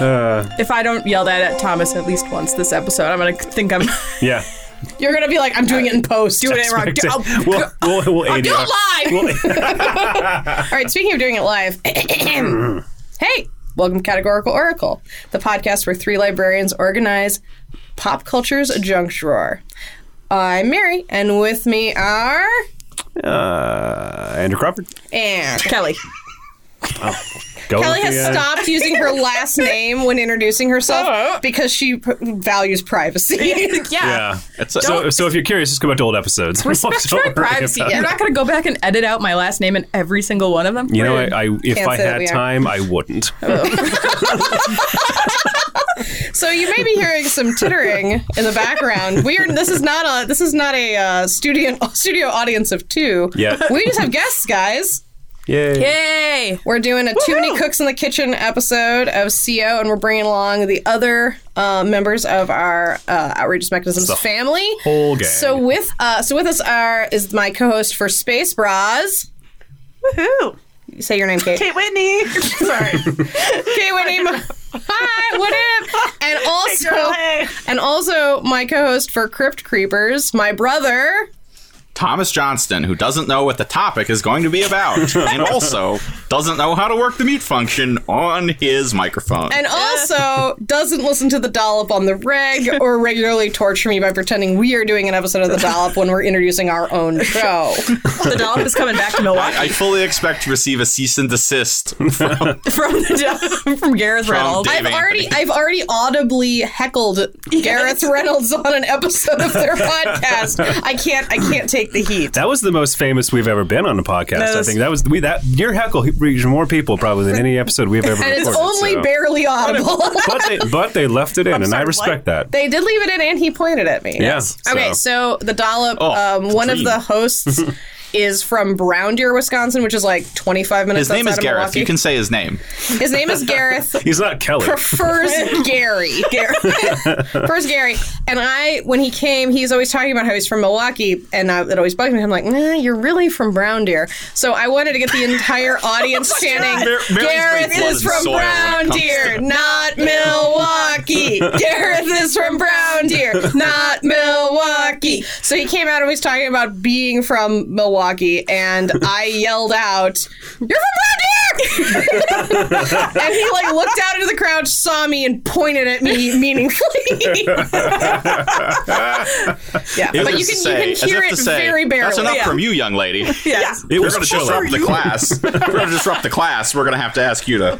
Uh, If I don't yell that at Thomas at least once this episode, I'm gonna think I'm. yeah. You're gonna be like, I'm doing it in post. Doing it wrong. Uh, Do- oh, We'll, we'll, we'll aid you. do it live. We'll- All right. Speaking of doing it live, hey, welcome to Categorical Oracle, the podcast where three librarians organize pop culture's junk drawer. I'm Mary, and with me are uh, Andrew Crawford. and Kelly. Go Kelly with has the, uh, stopped using her last name when introducing herself because she p- values privacy. Oh. Yeah. So, so if you're curious, just go back to old episodes. Respect Don't my worry privacy. about it. You're not going to go back and edit out my last name in every single one of them. You know, I, I if Can't I say that we had are. time, I wouldn't. So you may be hearing some tittering in the background. We are. This is not a. This is not a uh, studio studio audience of two. Yeah. We just have guests, guys. Yay. Yay! We're doing a Too Many Cooks in the Kitchen episode of CO, and we're bringing along the other uh, members of our uh, Outrageous Mechanisms The family. whole gang. So with uh, so with us are is my co-host for Space Bras. Who? Say your name, Kate. Kate Whitney. Sorry. Kate Whitney. Hi, what up? And also, girl, hey. and also my co-host for Crypt Creepers, my brother. Thomas Johnston, who doesn't know what the topic is going to be about, and also doesn't know how to work the mute function on his microphone. And also doesn't listen to the dollop on the reg or regularly torture me by pretending we are doing an episode of the dollop when we're introducing our own show. The dollop is coming back to I, Milwaukee I fully expect to receive a cease and desist. from the do- from Gareth Reynolds. Dave I've already Anthony. I've already audibly heckled Gareth Reynolds on an episode of their podcast. I can't I can't take the heat. That was the most famous we've ever been on a podcast. I that's- think that was we that your heckle reached more people probably than any episode we've ever. And it's recorded, only uh, so. barely audible. But they, but they left it in, and I sorry, respect that. They did leave it in, and he pointed at me. Yeah, Okay, so the dollop. Oh, um, one of dream. the hosts is from Brown Deer, Wisconsin, which is like 25 minutes. His name is outside of Gareth. Milwaukee. You can say his name. His name is Gareth. He's not Kelly. prefers Gary. Gary. prefers Gary. And I, when he came, he's always talking about how he's from Milwaukee, and I, it always bugs me. I'm like, nah, you're really from Brown Deer. So I wanted to get the entire audience standing. Mar- Mary's Gareth brain is wasn't from soiled when it Brown comes to Deer, not Milwaukee. Gareth is from Brown Deer, not Milwaukee. So he came out and was talking about being from Milwaukee, and I yelled out, "You're from Brown Deer!" and he like looked out into the crowd, saw me, and pointed at me meaningfully. yeah, As but if you to can say- you as can hear if it to say, very barely. That's enough Yeah. from you, young lady. Yes. It We're was going to chilling. disrupt the class. We're going to disrupt the class. We're going to have to ask you to.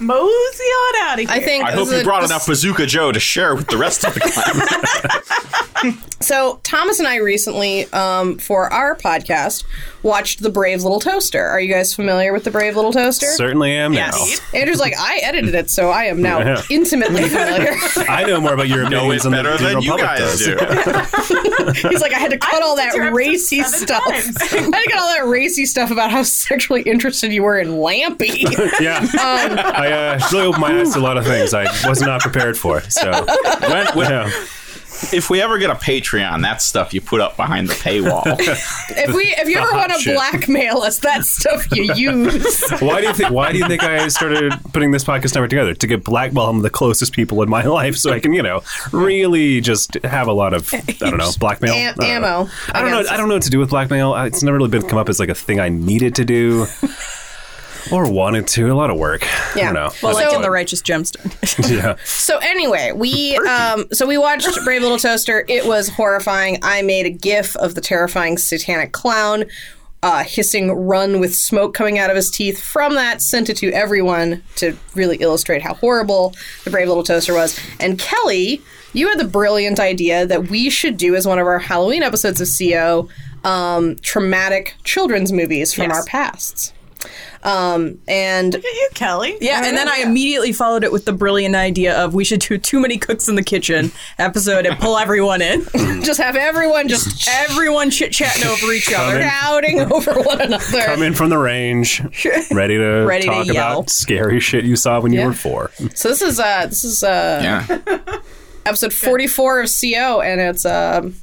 Mosey on out of here. I think. I hope this you is- brought this- enough Bazooka Joe to share with the rest of the class. So Thomas and I recently, um, for our podcast, watched The Brave Little Toaster. Are you guys familiar with The Brave Little Toaster? Certainly am Yes. Andrew's like, I edited it, so I am now Yeah. intimately familiar. now. I know more about your know opinions it than better the than general you public guys does. do. He's like, I had to cut all that listened to your racy episode stuff. I seven had to cut all that racy stuff about how sexually interested you were in Lampy. Um, Yeah, I uh, really opened my eyes to a lot of things I was not prepared for. So, when, when, yeah. If we ever get a Patreon, that's stuff you put up behind the paywall. if we, if you ever Hot want to shit. blackmail us, that's stuff you use. why do you think? Why do you think I started putting this podcast network together to get blackball the closest people in my life, so I can, you know, really just have a lot of I don't know blackmail Am- I don't ammo, know. I I don't know. guess. I don't know what to do with blackmail. I- It's never really been come up as like a thing I needed to do. Or wanted to a lot of work. I Yeah. don't know. Well, like So- in the Righteous Gemstone. yeah, So anyway, we um, so we watched Brave Little Toaster. It was horrifying. I made a gif of the terrifying satanic clown uh, hissing "Run" with smoke coming out of his teeth. From that, sent it to everyone to really illustrate how horrible the Brave Little Toaster was. And Kelly, you had the brilliant idea that we should do as one of our Halloween episodes of CO um, traumatic children's movies from Yes. our pasts. Um, and Look at you, Kelly. Yeah, and then I immediately followed it with the brilliant idea of we should do too many cooks in the kitchen episode and pull everyone in. just have everyone just everyone chit chatting over each other. crowding over one another. come in from the range, ready to Ready to talk yell. about scary shit you saw when Yeah. you were four. So this is uh this is uh yeah. episode 44 of CO and it's um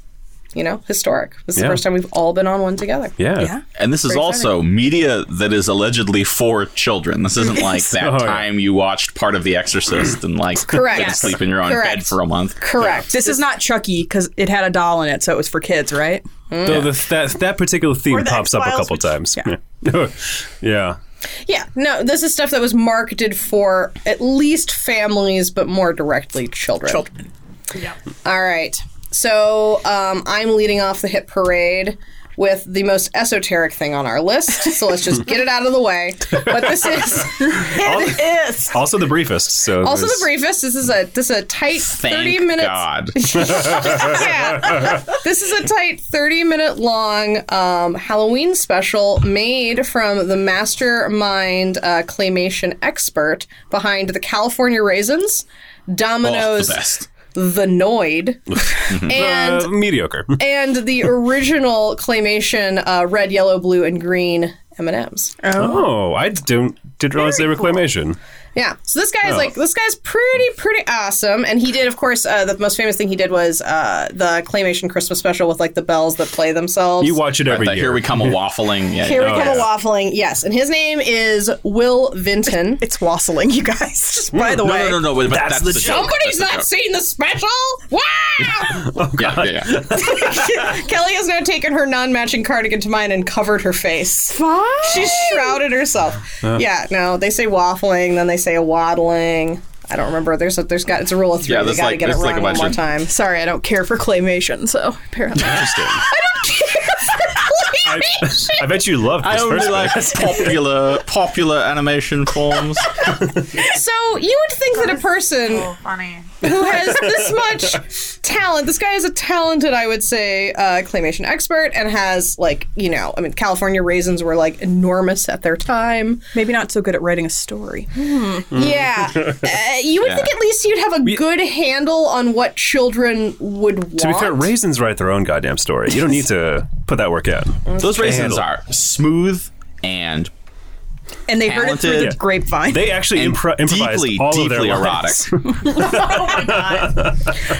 you know, historic. This is Yeah. the first time we've all been on one together. Yeah. Yeah. And this is Pretty also media that is allegedly for children. This isn't like that Oh, yeah. time you watched part of The Exorcist and like Correct. had to sleep in your own Correct. bed for a month. Correct. This is not Chucky because it had a doll in it, so it was for kids, right? Though the, that that particular Or theme the pops up a X-Files, couple which- times. Yeah. yeah. Yeah, no, this is stuff that was marketed for at least families, but more directly children. Children. Yeah. All right. So um, I'm leading off the hit parade with the most esoteric thing on our list. So let's just get it out of the way. But this is It is. Also the briefest. So also the there's- briefest. This is a this is a tight Thank thirty minutes. God. yeah. this is a tight 30 minute long um, Halloween special made from the mastermind uh, claymation expert behind the California Raisins, Oh, Domino's, the best. the Noid, and Uh, mediocre. and the original claymation uh, red, yellow, blue, and green M&Ms. Oh, I don't didn't realize they were claymation. Yeah. So this guy's Oh. like this guy's pretty pretty awesome, and he did, of course, uh, the most famous thing he did was uh, the claymation Christmas special with like the bells that play themselves. You watch it every But year. here we come a waffling. Yeah, Here we Oh, yeah. come a waffling. Yes, and his name is Will Vinton. It's waffling, you guys. Just Hmm. by the No, way, no, no, no. But, but that's, the joke. Somebody's That's not seen the special. Wow! the joke. Yeah, yeah, yeah. Kelly has now taken her non-matching cardigan to mine and covered her face. She's shrouded herself. yeah, no, they say waffling, then they say a waddling. I don't remember. There's a, there's got it's a rule of three. Yeah, you there's gotta like- get it there's wrong like a one bunch more of- time. Sorry, I don't care for claymation, so apparently. I, I bet you love I this only first like one. popular popular animation forms. So you would think that a person So funny. who has this much talent. This guy is a talented, I would say, uh, claymation expert and has, like, you know, I mean, California raisins were, like, enormous at their time. Maybe not so good at writing a story. Mm. Yeah. Uh, you would think at least you'd have a good handle on what children would want. To be fair, raisins write their own goddamn story. You don't need to put that work out. Those raisins handle. are smooth and And they heard it through Talented. the grapevine. They actually impro- improvised deeply, all of deeply their erotic. lines.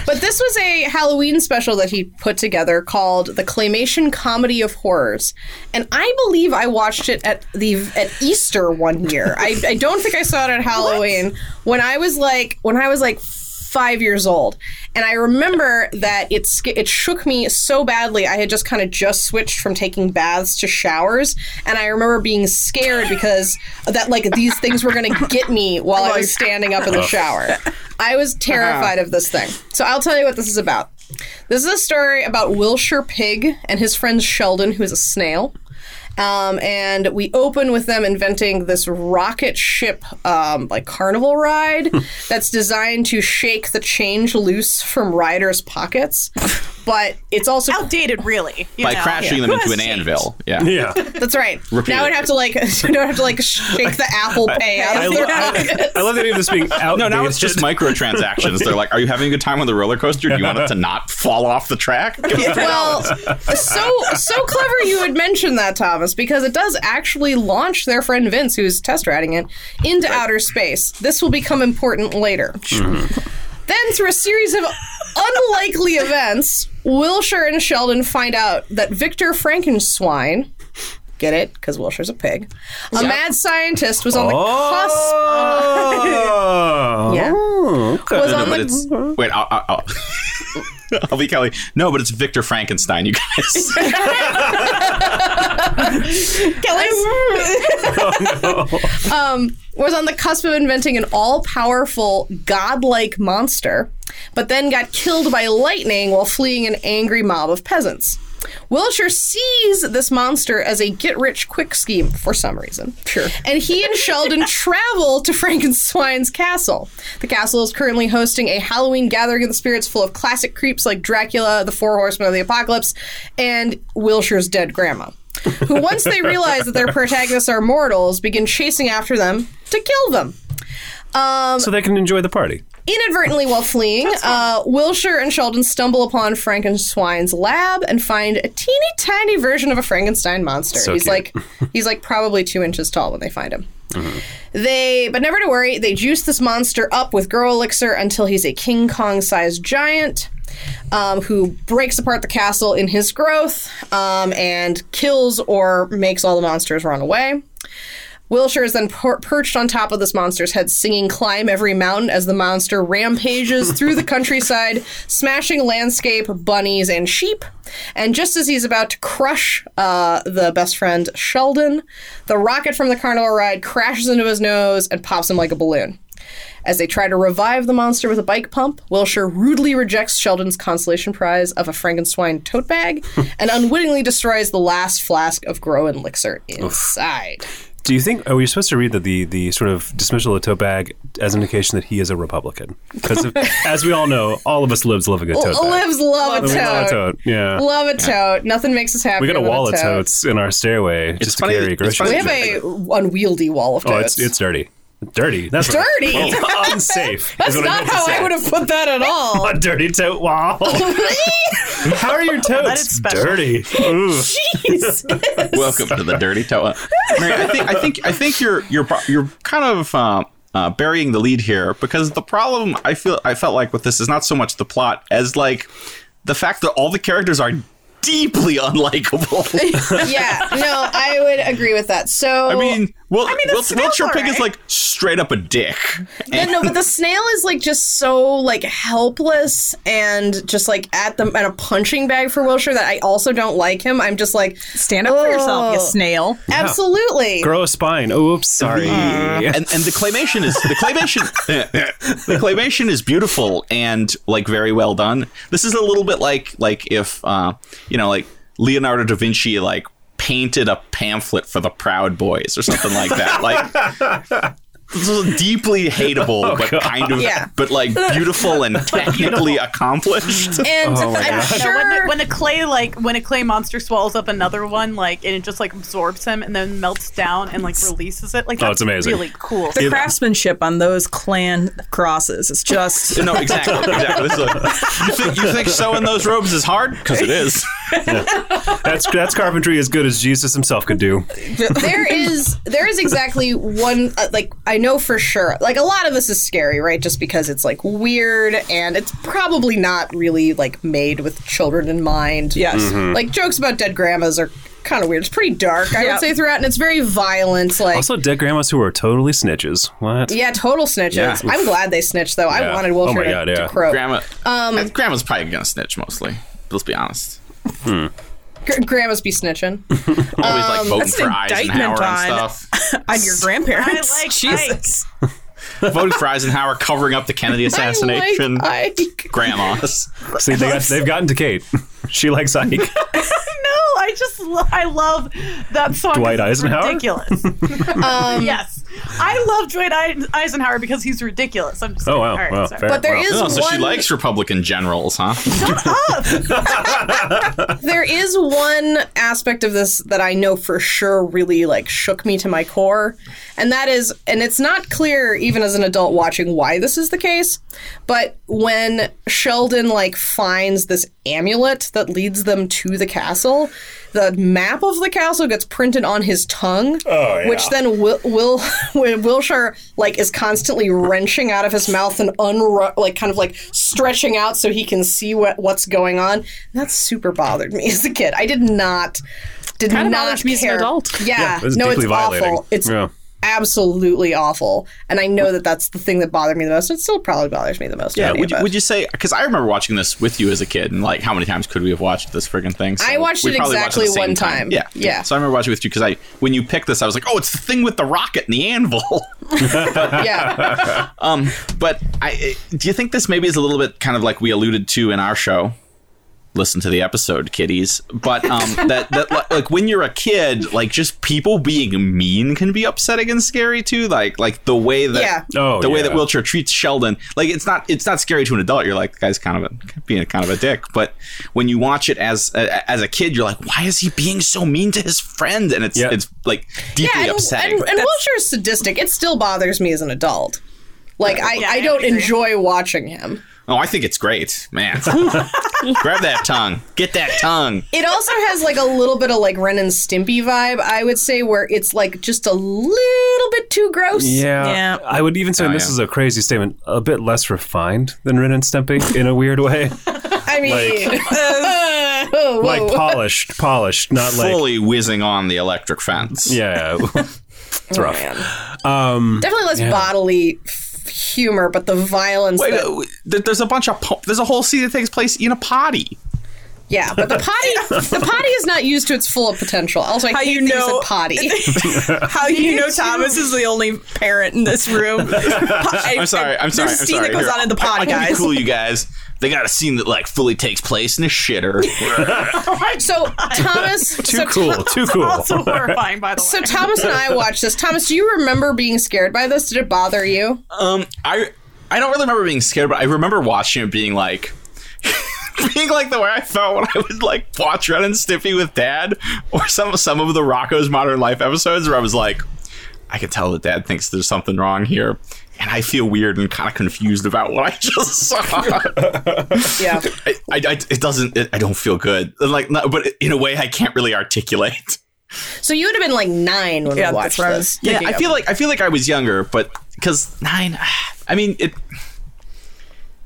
But this was a Halloween special that he put together called the Claymation Comedy of Horrors, and I believe I watched it at the at Easter one year. I, I don't think I saw it at Halloween when I was like when I was like five years old, and I remember that it sca- it shook me so badly. I had just kind of just switched from taking baths to showers, and I remember being scared because that like these things were going to get me while I was standing up in the shower. I was terrified of this thing. So I'll tell you what this is about. This is a story about Wilshire Pig and his friend Sheldon, who is a snail. Um, and we open with them inventing this rocket ship, um, like carnival ride, that's designed to shake the change loose from riders' pockets. But it's also Outdated, really. you By know. crashing them Who into has an changed? anvil. Yeah. Yeah. that's right. Repeat Now it. I'd have to like, you don't have to like shake the Apple Pay out I, of lo- their I, pockets. I love the idea of this being out. No, now it's just microtransactions. They're like, "Are you having a good time on the roller coaster? Do you want it to not fall off the track?" Give us ten well, dollars. so so clever you would mention that, Thomas, because it does actually launch their friend Vince, who's test riding it, into outer space. This will become important later. Then, through a series of unlikely events, Wilshire and Sheldon find out that Victor Frankenswine. Get it? Because Wilshire's a pig. A mad scientist was on the cusp Oh. Yeah. okay. Was No, on but the- it's wait. I'll, I'll, I'll- I'll be Kelly. No, but it's Victor Frankenstein. You guys. um, was on the cusp of inventing an all-powerful godlike monster, but then got killed by lightning while fleeing an angry mob of peasants. Wilshire sees this monster as a get-rich-quick scheme for some reason. Sure. And he and Sheldon travel to Frankenstein's castle. The castle is currently hosting a Halloween gathering of the spirits full of classic creeps like Dracula, the Four Horsemen of the Apocalypse, and Wilshire's dead grandma who, once they realize that their protagonists are mortals, begin chasing after them to kill them. so they can enjoy the party. Inadvertently, while fleeing, uh, Wilshire and Sheldon stumble upon Frankenstein's lab and find a teeny tiny version of a Frankenstein monster. So he's cute. Mm-hmm. like, he's like probably two inches tall when they find him. They, but never to worry, they juice this monster up with girl elixir until he's a King Kong sized giant. um, who breaks apart the castle in his growth um, and kills or makes all the monsters run away. Wilshire is then per- perched on top of this monster's head, singing Climb Every Mountain as the monster rampages through the countryside, smashing landscape, bunnies, and sheep. And just as he's about to crush uh, the best friend Sheldon, the rocket from the carnival ride crashes into his nose and pops him like a balloon. As they try to revive the monster with a bike pump, Wilshire rudely rejects Sheldon's consolation prize of a Frankenstein tote bag and unwittingly destroys the last flask of Grow and Elixir inside. Do you think are we supposed to read that the the sort of dismissal of the tote bag as an indication that he is a Republican? Because as we all know, all of us libs love a good tote bag. Lives love a We love a tote. tote. Yeah. Love a tote. Nothing makes us happy. we got a wall of tote. totes in our stairway just to funny- carry it's groceries. funny- We have a unwieldy wall of totes. oh, it's it's dirty. Dirty. That's what- Dirty? Well, unsafe. That's is what I not meant to how say. I would have put that at all. A dirty tote wall. how are your is totes? special. Dirty. Ooh. Welcome to the dirty toe. Mary, I think I think I think you're you're pro- you're kind of uh, uh, burying the lead here because the problem I feel I felt like with this is not so much the plot as like the fact that all the characters are deeply unlikable. yeah, no, I would agree with that. So I mean, well, mean, the Wil- snail's Wiltshire Pig is alright. like straight up a dick. Yeah, no, but the snail is like just so like helpless and just like at the at a punching bag for Wilshire that I also don't like him. I'm just like Stand up for yourself, you Oh. snail. absolutely. Grow a spine. Oh, oops, sorry. Uh. and and the claymation is the claymation the claymation is beautiful and like very well done. This is a little bit like like if uh you know like Leonardo da Vinci like painted a pamphlet for the Proud Boys or something like that. Like this is deeply hateable but kind of Yeah. but like beautiful and technically accomplished. Oh, And I'm gosh. sure When, the, when a clay like when a clay monster swallows up another one like and it just like absorbs him and then melts down and like releases it like Oh, that's it's amazing. really cool. The craftsmanship on those clan crosses is just No, exactly, exactly. This is like, you think you think sewing those robes is hard? Because it is. That's that's carpentry as good as Jesus himself could do. there is there is exactly one uh, like I know for sure. Like a lot of this is scary, right? Just because it's like weird and it's probably not really like made with children in mind. yes. Mm-hmm. Like jokes about dead grandmas are kind of weird. It's pretty dark, I Yeah. would say throughout, and it's very violent. Like Also, dead grandmas who are totally snitches. What? Yeah, total snitches. Yeah. I'm glad they snitched though. I Yeah. wanted Oh Wilfred my God, to, yeah. to croak. Grandma, um, grandma's probably gonna snitch mostly. Let's be honest. Gr- grandmas be snitching. Always Um, like voting an for Eisenhower indictment and on- stuff. On your grandparents. I like Jesus. voting for Eisenhower, covering up the Kennedy assassination. I like Ike. Grandmas. See, they got, they've gotten to Kate. She likes Ike. No, I just lo- I love that song. Dwight It's Eisenhower? Um, Ridiculous. yes, I love Dwight Eisen- Eisenhower because he's ridiculous. I'm just Oh like, wow, all right, wow, sorry. fair. But there wow. is Oh, so one. she likes Republican generals, huh? there is one aspect of this that I know for sure really like shook me to my core, and that is, and it's not clear even as an adult watching why this is the case, but when Sheldon like finds this amulet that leads them to the castle, the map of the castle gets printed on his tongue, which then Will, Will when Wilshire like is constantly wrenching out of his mouth and unru- like kind of like stretching out so he can see what what's going on. And that super bothered me as a kid. I did not did Kinda not bothers me as an care. adult. Yeah, Yeah, this is no, it's deeply violating. awful. It's Yeah. absolutely awful, and I know that that's the thing that bothered me the most. It still probably bothers me the most. of Yeah. any Would of you, it. would you say? Because I remember watching this with you as a kid, and like, how many times could we have watched this friggin' thing? So I watched we it probably watched exactly the same one time. Yeah. Yeah. So I remember watching it with you because I, when you picked this, I was like, oh, it's the thing with the rocket and the anvil. yeah, Um, but I I- do you think this maybe is a little bit kind of like we alluded to in our show? Listen to the episode, kiddies. But um, that that li- like when you're a kid, like just people being mean can be upsetting and scary too. Like like the way that Yeah. Oh, the way that yeah. Wiltshire treats Sheldon, like it's not it's not scary to an adult. You're like the guy's kind of a, being kind of a dick. But when you watch it as a, as a kid, you're like, why is he being so mean to his friend? And it's Yeah. it's like deeply yeah, and, upsetting. and, and Wilshire's sadistic. It still bothers me as an adult. Like I, I don't agree. enjoy watching him. Oh, I think it's great, man. Grab that tongue, get that tongue. It also has like a little bit of like Ren and Stimpy vibe, I would say, where it's like just a little bit too gross. Yeah. Yeah. I would even say and this Oh, yeah. is a crazy statement, a bit less refined than Ren and Stimpy in a weird way. I I mean, whoa. like polished, polished, not like fully whizzing on the electric fence. yeah. it's rough. definitely less bodily f- humor, but the violence. Wait, that- uh, there- there's a bunch of po- there's a whole scene that takes place in a potty. yeah, but the potty, the potty is not used to its full potential. Also, I How hate you that you know- said potty. How you know Thomas is the only parent in this room? I'm I'm sorry. I'm sorry. There's a I'm scene sorry. that goes Here, on in the I- I pod, can be guys. cool, you guys. They got a scene that like fully takes place in a shitter. So Thomas, Too so cool. Too cool. Also horrifying, by the way. So Thomas and I watched this. Thomas, do you remember being scared by this? Did it bother you? Um, I I don't really remember being scared, but I remember watching it being like. Being like the way I felt when I would like watch Ren and Stimpy with Dad, or some some of the Rocco's Modern Life episodes, where I was like, I can tell that Dad thinks there's something wrong here, and I feel weird and kind of confused about what I just saw. Yeah. I, I, I- it doesn't. It, I don't feel good. Like, no, but in a way, I can't really articulate. So you would have been like nine when Yeah, that's we watched where I was this. Yeah, thinking I of. feel like I feel like I was younger, but because nine, I mean it.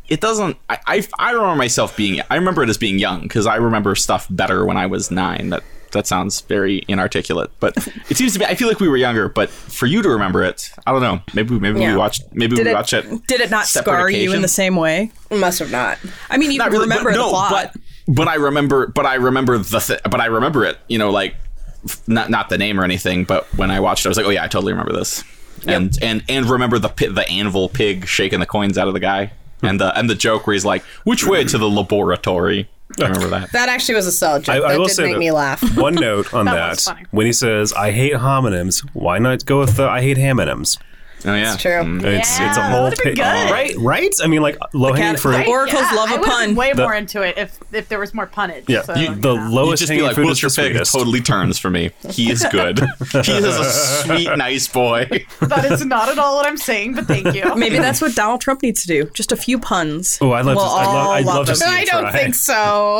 It doesn't. I, I I remember myself being. I remember it as being young because I remember stuff better when I was nine. That that sounds very inarticulate, but it seems to be. I feel like we were younger, but for you to remember it, I don't know. Maybe maybe Yeah. we watched. Maybe Did we it- watched it. Did it not separate scar you in the occasions. same way? Must have not. I mean, you Not really, but remember the no, plot. But, but I remember, but I remember the, th- but I remember it. You know, like f- not not the name or anything, but when I watched, it, I was like, oh yeah, I totally remember this, and and and remember the pi- the anvil pig shaking the coins out of the guy, and the and the joke where he's like, which way to the laboratory? I remember that. That actually was a solid joke. I, I that will did say make that me laugh. One note on That that, was funny. when he says, "I hate homonyms," why not go with the "I hate homonyms"? Oh yeah, It's true. It's it's a Yeah, whole that'd be pa- good. right, right. I mean, like low hanging Cat- fruit. the Oracles Yeah, love I a would've been pun. Way The- more into it if if there was more punnage. Yeah, so, you- you the know. You lowest just be hanging like, fruit is Wiltshire the Pig sweetest. totally turns for me. He is good. he is a sweet, nice boy. that is not at all what I'm saying, but thank you. Maybe that's what Donald Trump needs to do. Just a few puns. Oh, I'd love We'll to. I'd love, all I'd love to them. see I you don't try. think so.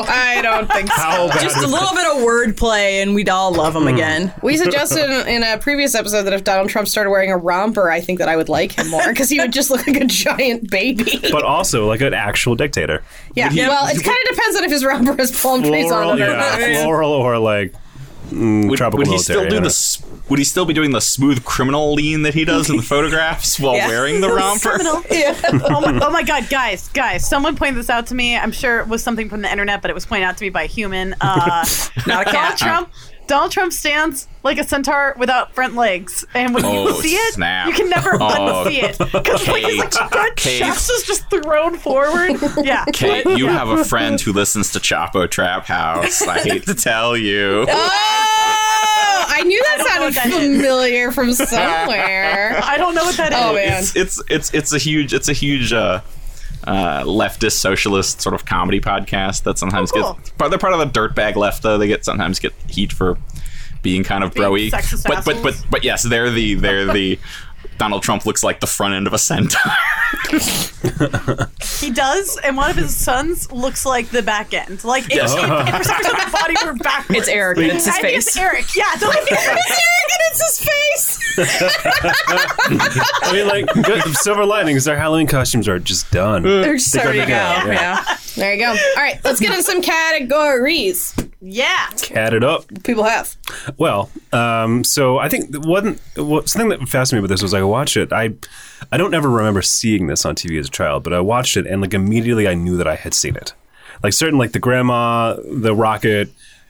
I don't think so. How bad Just is a little bit of wordplay, and we'd all love Mm. him again. We suggested in, in a previous episode that if Donald Trump started wearing a romper, I think that I would like him more because he would just look like a giant baby. but also like an actual dictator. yeah. he- well, it kind of depends on if his romper is palm trees Floral, on it or yeah, not. floral or like mm, Would, tropical would he military. still do this? Would he still be doing the smooth criminal lean that he does in the photographs while Yeah. wearing the romper? oh, my, oh my god, guys, guys! Someone pointed this out to me. I'm sure it was something from the internet, but it was pointed out to me by a human. Uh, Not a Donald cat. Trump. Donald Trump stands like a centaur without front legs, and when Oh, you see it, snap. you can never Oh, unsee it because like his like Kate. front Kate. chest is just thrown forward. Yeah, Kate, you have a friend who listens to Chapo Trap House. I hate to tell you. Oh, I knew that I don't know sounded what that is. familiar from somewhere. I don't know what that is. Oh, man. It's it's it's it's a huge it's a huge uh, uh, leftist socialist sort of comedy podcast that sometimes Oh, cool. gets part they're part of the dirtbag left though. They get sometimes get heat for being kind of Being broy. sexist But but but assholes. but yes, they're the they're the Donald Trump looks like the front end of a centaur. He does, and one of his sons looks like the back end. Like, it, Yes. it, and for some reason, the body were backwards. It's Eric. and It's his I think it's face. Eric. Yeah, don't I think it's Eric? it's his face. I mean, like good, silver linings. Their Halloween costumes are just done. They're just They're starting to good go. to go, Yeah. There you go. All right, let's get into some categories Yeah. Add it up. people have. Well, um, so I think th- one what, something that fascinated me with this was I watched it. I I don't ever remember seeing this on TV as a child, but I watched it and like immediately I knew that I had seen it. Like certain like the grandma, the rocket,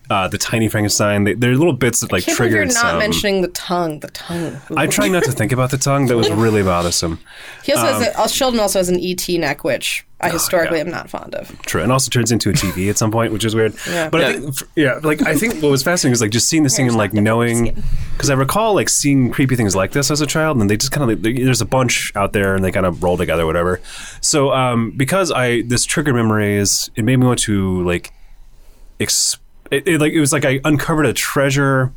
uh, the tiny Frankenstein. They, they're little bits that like Can't believe triggered you're not some. mentioning the tongue. The tongue. I try not to think about the tongue. That was really bothersome. He also has a, uh, Sheldon also has an ET neck, which I historically um, yeah. am not fond of. True, and also turns into a TV at some point, which is weird. Yeah. But I Yeah. think, f- yeah, like I think what was fascinating was like just seeing this thing and like knowing, because I recall like seeing creepy things like this as a child, and they just kind of like, they- there's a bunch out there, and they kind of roll together, or whatever. So um, because I this triggered memory is it made me want to like, ex- it, it like it was like I uncovered a treasure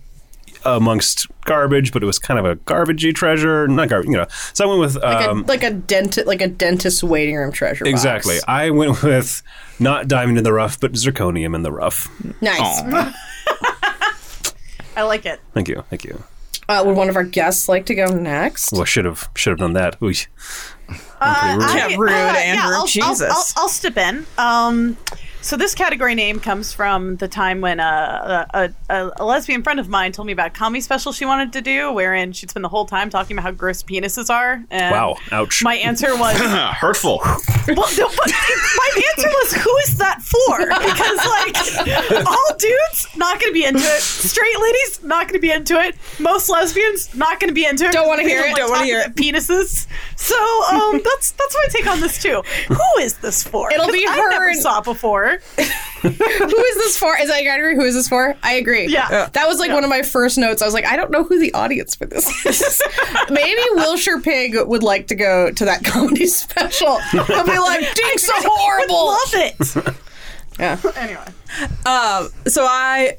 amongst garbage, but it was kind of a garbagey treasure, not garbage, you know. So I went with Like, um, a, like a dentist, like a dentist's waiting room treasure. box. Exactly. I went with not diamond in the rough, but zirconium in the rough. Nice. I like it. Thank you. Thank you. Uh, would one of our guests like to go next? Well, should have should have done that. Ooh. Uh, rude. I- uh, Yeah, rude, Andrew. I'll, Jesus. I'll, I'll, I'll step in. Um, So this category name comes from the time when uh, a, a, a lesbian friend of mine told me about a comedy special she wanted to do, wherein she'd spend the whole time talking about how gross penises are. And Wow. Ouch. My answer was, well, Ah, hurtful. no, but my answer was, who is that for? Because like, all dudes not going to be into it. Straight ladies not going to be into it. Most lesbians not going to be into it. Don't wanna They hear it, don't wanna talking hear about Penises. So um, that's that's my take on this too. Who is this for? It'll be 'Cause I never her- saw it before. who is this for? Is that your category? Who is this for? I agree. Yeah. Yeah. That was like one of my first notes. I was like, I don't know who the audience for this is. Maybe Wilshire Pig would like to go to that comedy special. They'll be like, Dink's so horrible. Love it. Yeah. anyway. Um, so I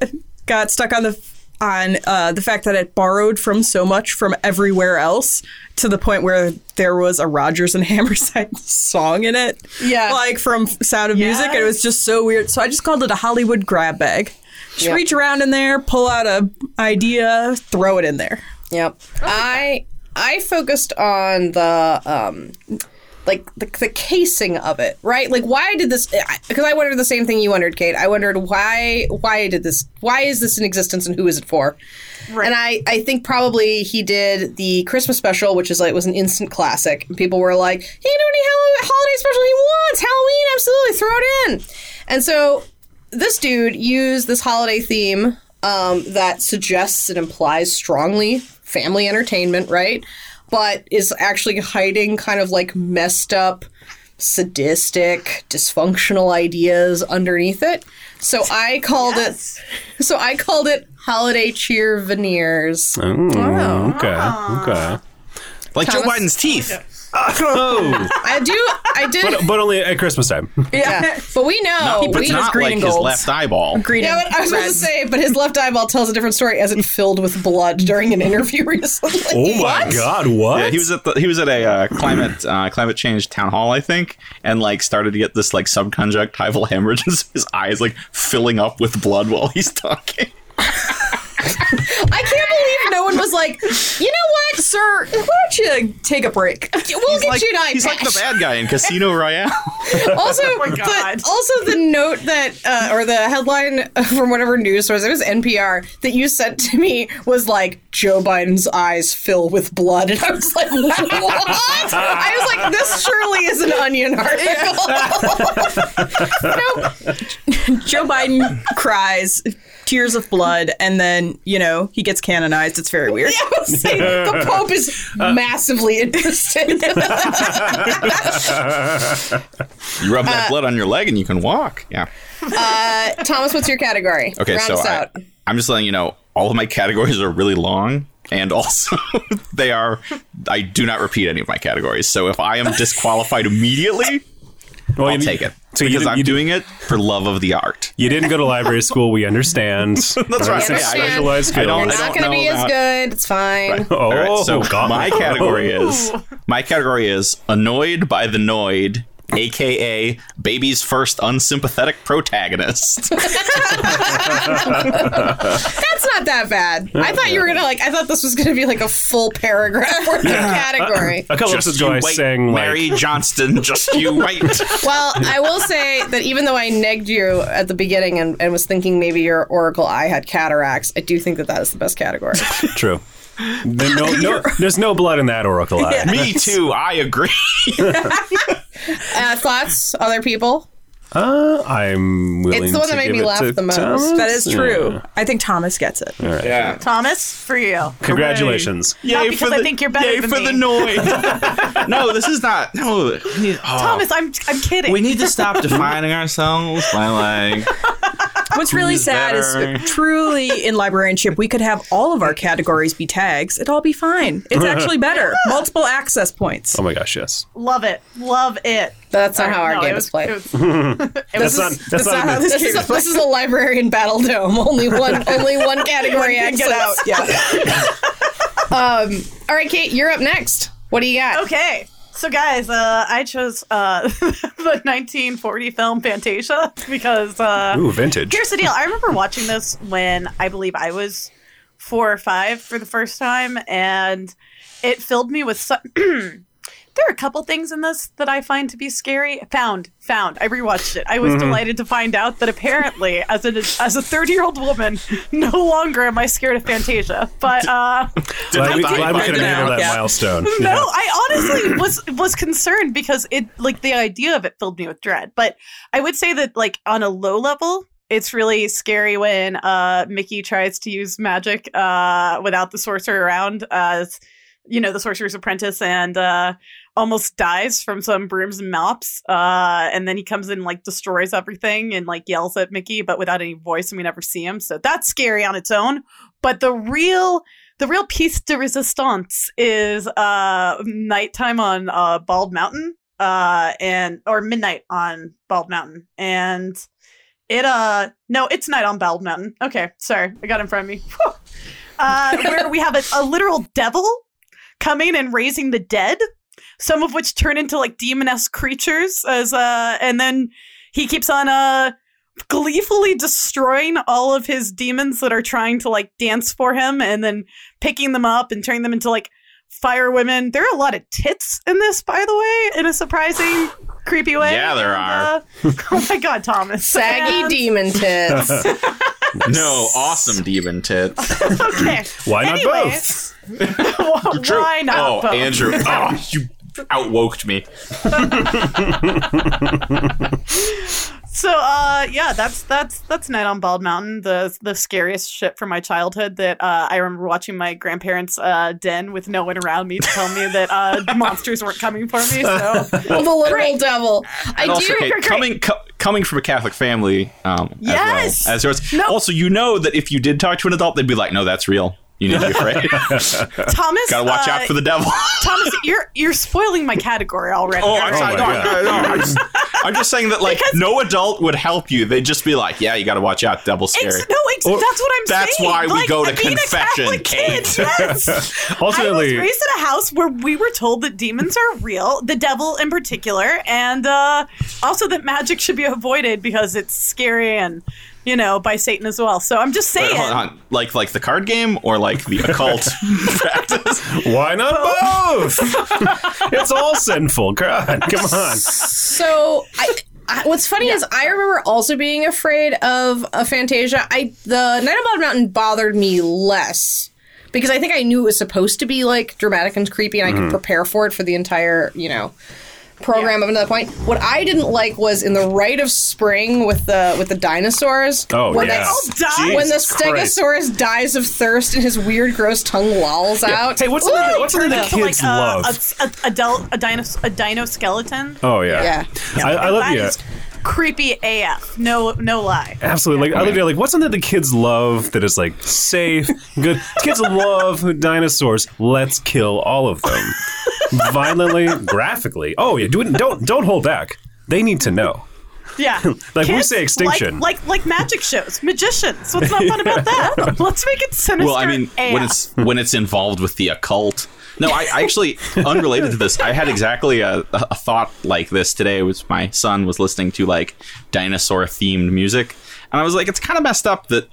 got stuck on the on uh, the fact that it borrowed from so much from everywhere else to the point where there was a Rogers and Hammerstein song in it. Yeah. like from Sound of Music. and It was just so weird. So I just called it a Hollywood grab bag. Just Yeah. reach around in there, pull out a idea, throw it in there. Yep. I I focused on the um like the, the casing of it, right? Like why did this because I wondered the same thing you wondered, Kate. I wondered why why did this why is this in existence and who is it for? And I I think probably he did the Christmas special, which is like was an instant classic. And people were like, "He can do any Hall- holiday special he wants. Halloween, absolutely, throw it in." And so this dude used this holiday theme um, that suggests and implies strongly family entertainment, right? But is actually hiding kind of like messed up, sadistic, dysfunctional ideas underneath it. So I called it. So I called it holiday cheer veneers. Oh. Mm, Ah. okay. Okay. Like Joe Thomas? Biden's teeth. Oh, I do. I did. but, but only at Christmas time. yeah. But we know. But we, it's not green like and his golds. left eyeball. Green yeah, and but I was about to red. say, but his left eyeball tells a different story as it filled with blood during an interview recently. Oh my God! What? Yeah, he was at the, he was at a uh, climate uh, climate change town hall, I think, and like started to get this like subconjunctival hemorrhage, and so his eyes like filling up with blood while he's talking. I can't believe no one was like, you know what? Sir, why don't you take a break? We'll get Like, you an eye he's like patch." the bad guy in Casino Royale. Also, my the- God. also the note that uh, or the headline from whatever news source it was NPR that you sent to me was like Joe Biden's eyes fill with blood, and I was like, what? I was like, this surely is an Onion article. Joe Biden cries tears of blood, and then you know he gets canonized. It's very weird. I was like, the Pope is massively interested. You rub that blood on your leg, and you can walk. Yeah. uh, Thomas, what's your category? Okay, Round so us I, out. I'm just letting you know all of my categories are really long, and also they are. I do not repeat any of my categories, so if I am disqualified immediately, Well, I'll you- take it So you, because did, I'm you, did- doing it for love of the art. you didn't go to library school. We understand. That's right. understand. Specialized I don't- skills. Not I don't going to know be as that. good. It's fine. Oh, All right, so God. my category is my category is annoyed by the noid, aka baby's first unsympathetic protagonist. That's not that bad. I thought you were gonna like. I thought this was gonna be like a full paragraph worth of category. A couple episodes ago, I sang like Mary Johnston. Just you wait. Well, I will say that even though I negged you at the beginning and, and was thinking maybe your oracle eye had cataracts, I do think that that is the best category. True. There- no- no- there's no blood in that oracle eye. Me too. I agree. Uh, thoughts, other people. Uh, I'm willing. It's the one to that made give me it laugh to the most. Thomas. That is true. I think Thomas gets it. Yeah. Thomas, for you. Congratulations. Not because I think you're better Yay than for me. the noid. no, this is not. No, we need, oh, Thomas, I'm I'm kidding. we need to stop defining ourselves by like. What's really Who's sad better? is truly in librarianship, we could have all of our categories be tags. It'd all be fine. It's actually better. Multiple access points. Oh my gosh, yes. Love it. Love it. But that's Uh, not how our No, game it was- is played. it was- That's not. That's, not. not a how myth. This is, a, this is a librarian battle dome. Only one. Only one category Get out. access. Yeah. All right, Kate, you're up next. What do you got? okay. So guys, uh, I chose uh, the 1940 film Fantasia because uh, Ooh, vintage. Here's the deal. I remember watching this when I believe I was four or five for the first time, and it filled me with su- there are a couple things in this that I find to be scary. Found, found. I rewatched it. I was delighted to find out that apparently, as a as a thirty year old woman, no longer am I scared of Fantasia. But uh, Glad we, glad we I could did enable not, that yeah. milestone. no, Yeah. I honestly was was concerned because it like the idea of it filled me with dread. But I would say that like on a low level, it's really scary when uh Mickey tries to use magic uh without the sorcerer around as you know, the sorcerer's apprentice and uh almost dies from some brooms and mops. Uh and then he comes in and like destroys everything and like yells at Mickey but without any voice and we never see him. So that's scary on its own. But the real the real piece de resistance is uh, nighttime on uh, Bald Mountain, uh, and or midnight on Bald Mountain, and it uh no, it's night on Bald Mountain. Okay, sorry, I got in front of me. Whew. uh, where we have a, a literal devil coming and raising the dead, some of which turn into like demoness creatures, as uh, and then he keeps on uh gleefully destroying all of his demons that are trying to like dance for him and then picking them up and turning them into like fire women. There are a lot of tits in this, by the way, in a surprising, creepy way. Yeah, there And, uh, oh my god, Thomas. Saggy And- demon tits. No, awesome demon tits. Okay. Why not Anyway, both? wh- True. Why not oh, both? Andrew. Oh, you outwoked me. So uh yeah, that's that's that's Night on Bald Mountain, the the scariest shit from my childhood that uh I remember watching my grandparents' uh den with no one around me to tell me that uh the monsters weren't coming for me. So the literal devil. I And also, do. okay, coming co- coming from a Catholic family, um, as well Yes! as yours. Also, you know that if you did talk to an adult, they'd be like, "No, that's real. You need to be afraid. Thomas Gotta watch uh, out for the devil." Thomas, you're you're spoiling my category already. oh, I'm Oh sorry. my no, I'm- God. no, I'm just- I'm just saying that, like, no adult would help you. They'd just be like, "Yeah, you gotta watch out. Devil's Ex- scary." no, ex- Or- that's what I'm that's saying. why we Like, go to being a confession, Catholic kid, Kate. yes. I Ultimately, was raised in a house where we were told that demons are real, the devil in particular, and uh, also that magic should be avoided because it's scary and you know by Satan as well. So I'm just saying. Wait, hold on. Like, like the card game or like the occult practice? why not both? it's all sinful. God, come on. So I. I, what's funny is I remember also being afraid of a Fantasia. I the Night on Bald Mountain bothered me less because I think I knew it was supposed to be like dramatic and creepy, and I Mm-hmm. could prepare for it for the entire you know program up until that point. What I didn't like was in the Rite of Spring with the with the dinosaurs. Oh, when yeah. They All die? Jesus when the Christ. Stegosaurus dies of thirst and his weird, gross tongue lolls out. Hey, what's something, what's something the So, kids like, uh, love? a, a, a, del- a, dino, a dino skeleton. oh yeah, Yeah. I, I love That you. is creepy AF. No, no lie. Absolutely. Like, I look at it, like, what's something that the kids love that is like safe, good? Kids love dinosaurs. Let's kill all of them, violently, graphically. Oh yeah, do it, don't don't hold back. They need to know. Yeah. Like, we Kids say extinction. Like, like, like magic shows, magicians. What's not fun about that? Let's make it sinister. well, I mean, AF. when it's when it's involved with the occult. No, I, I actually unrelated to this. I had exactly a, a thought like this today. Was my son was listening to like dinosaur themed music, and I was like, it's kind of messed up that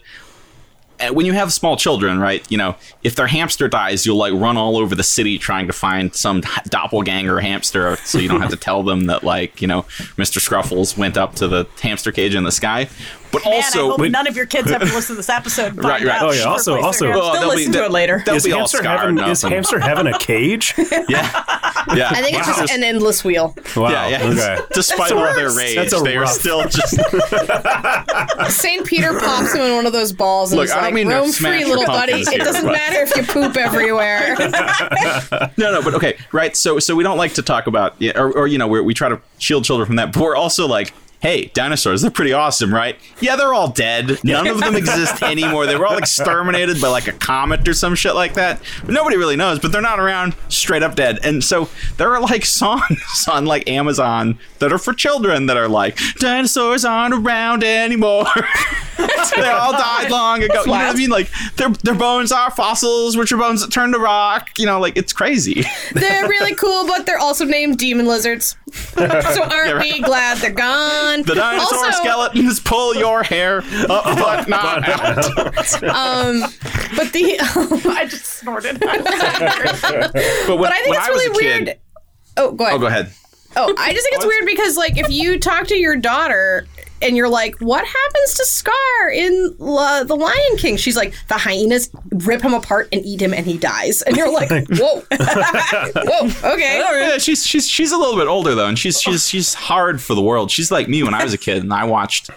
uh, when you have small children, right? You know, if their hamster dies, you'll like run all over the city trying to find some d- doppelganger hamster, so you don't have to tell them that like you know Mr. Scruffles went up to the hamster cage in the sky. But Man, I also, hope none of your kids ever listen to this episode. and Right, find right. out Oh, yeah, to also- replace also- their hair. Well, They'll they'll be- listen to they'll- it later. They'll is be all hamster scarred having up is and- hamster having a cage? Yeah, yeah. I think it's just an endless wheel. Wow. Yeah, yeah. Okay. Despite all their rage, That's a they are rough- still just. St. Peter pops him in one of those balls and Look, is I don't like, mean to roam smash free, your little buddy. pumpkins It here, doesn't but- matter if you poop everywhere. no, no, but okay, right. So, so we don't like to talk about, yeah, or, or you know, we're, we try to shield children from that, but we're also like. Hey, dinosaurs, they're pretty awesome, right? Yeah, they're all dead. None of them exist anymore. They were all exterminated by like a comet or some shit like that. But nobody really knows, but they're not around, straight up dead. And so there are like songs on like Amazon that are for children that are like, dinosaurs aren't around anymore. they all died long ago. You know what I mean? Like their their bones are fossils, which are bones that turn to rock. You know, like it's crazy. they're really cool, but they're also named demon lizards. so aren't we glad they're gone? The dinosaur also, skeletons pull your hair up, but not out. um, But the I just snorted. But when, I think when it's I was really a kid, weird. Oh, go ahead. Oh, go ahead. Oh, I just think it's weird because like if you talk to your daughter and you're like, "What happens to Scar in La- the Lion King?" She's like, "The hyenas rip him apart and eat him, and he dies." And you're like, "Whoa, whoa, okay." Yeah, she's she's she's a little bit older though, and she's she's she's hard for the world. She's like me when I was a kid, and I watched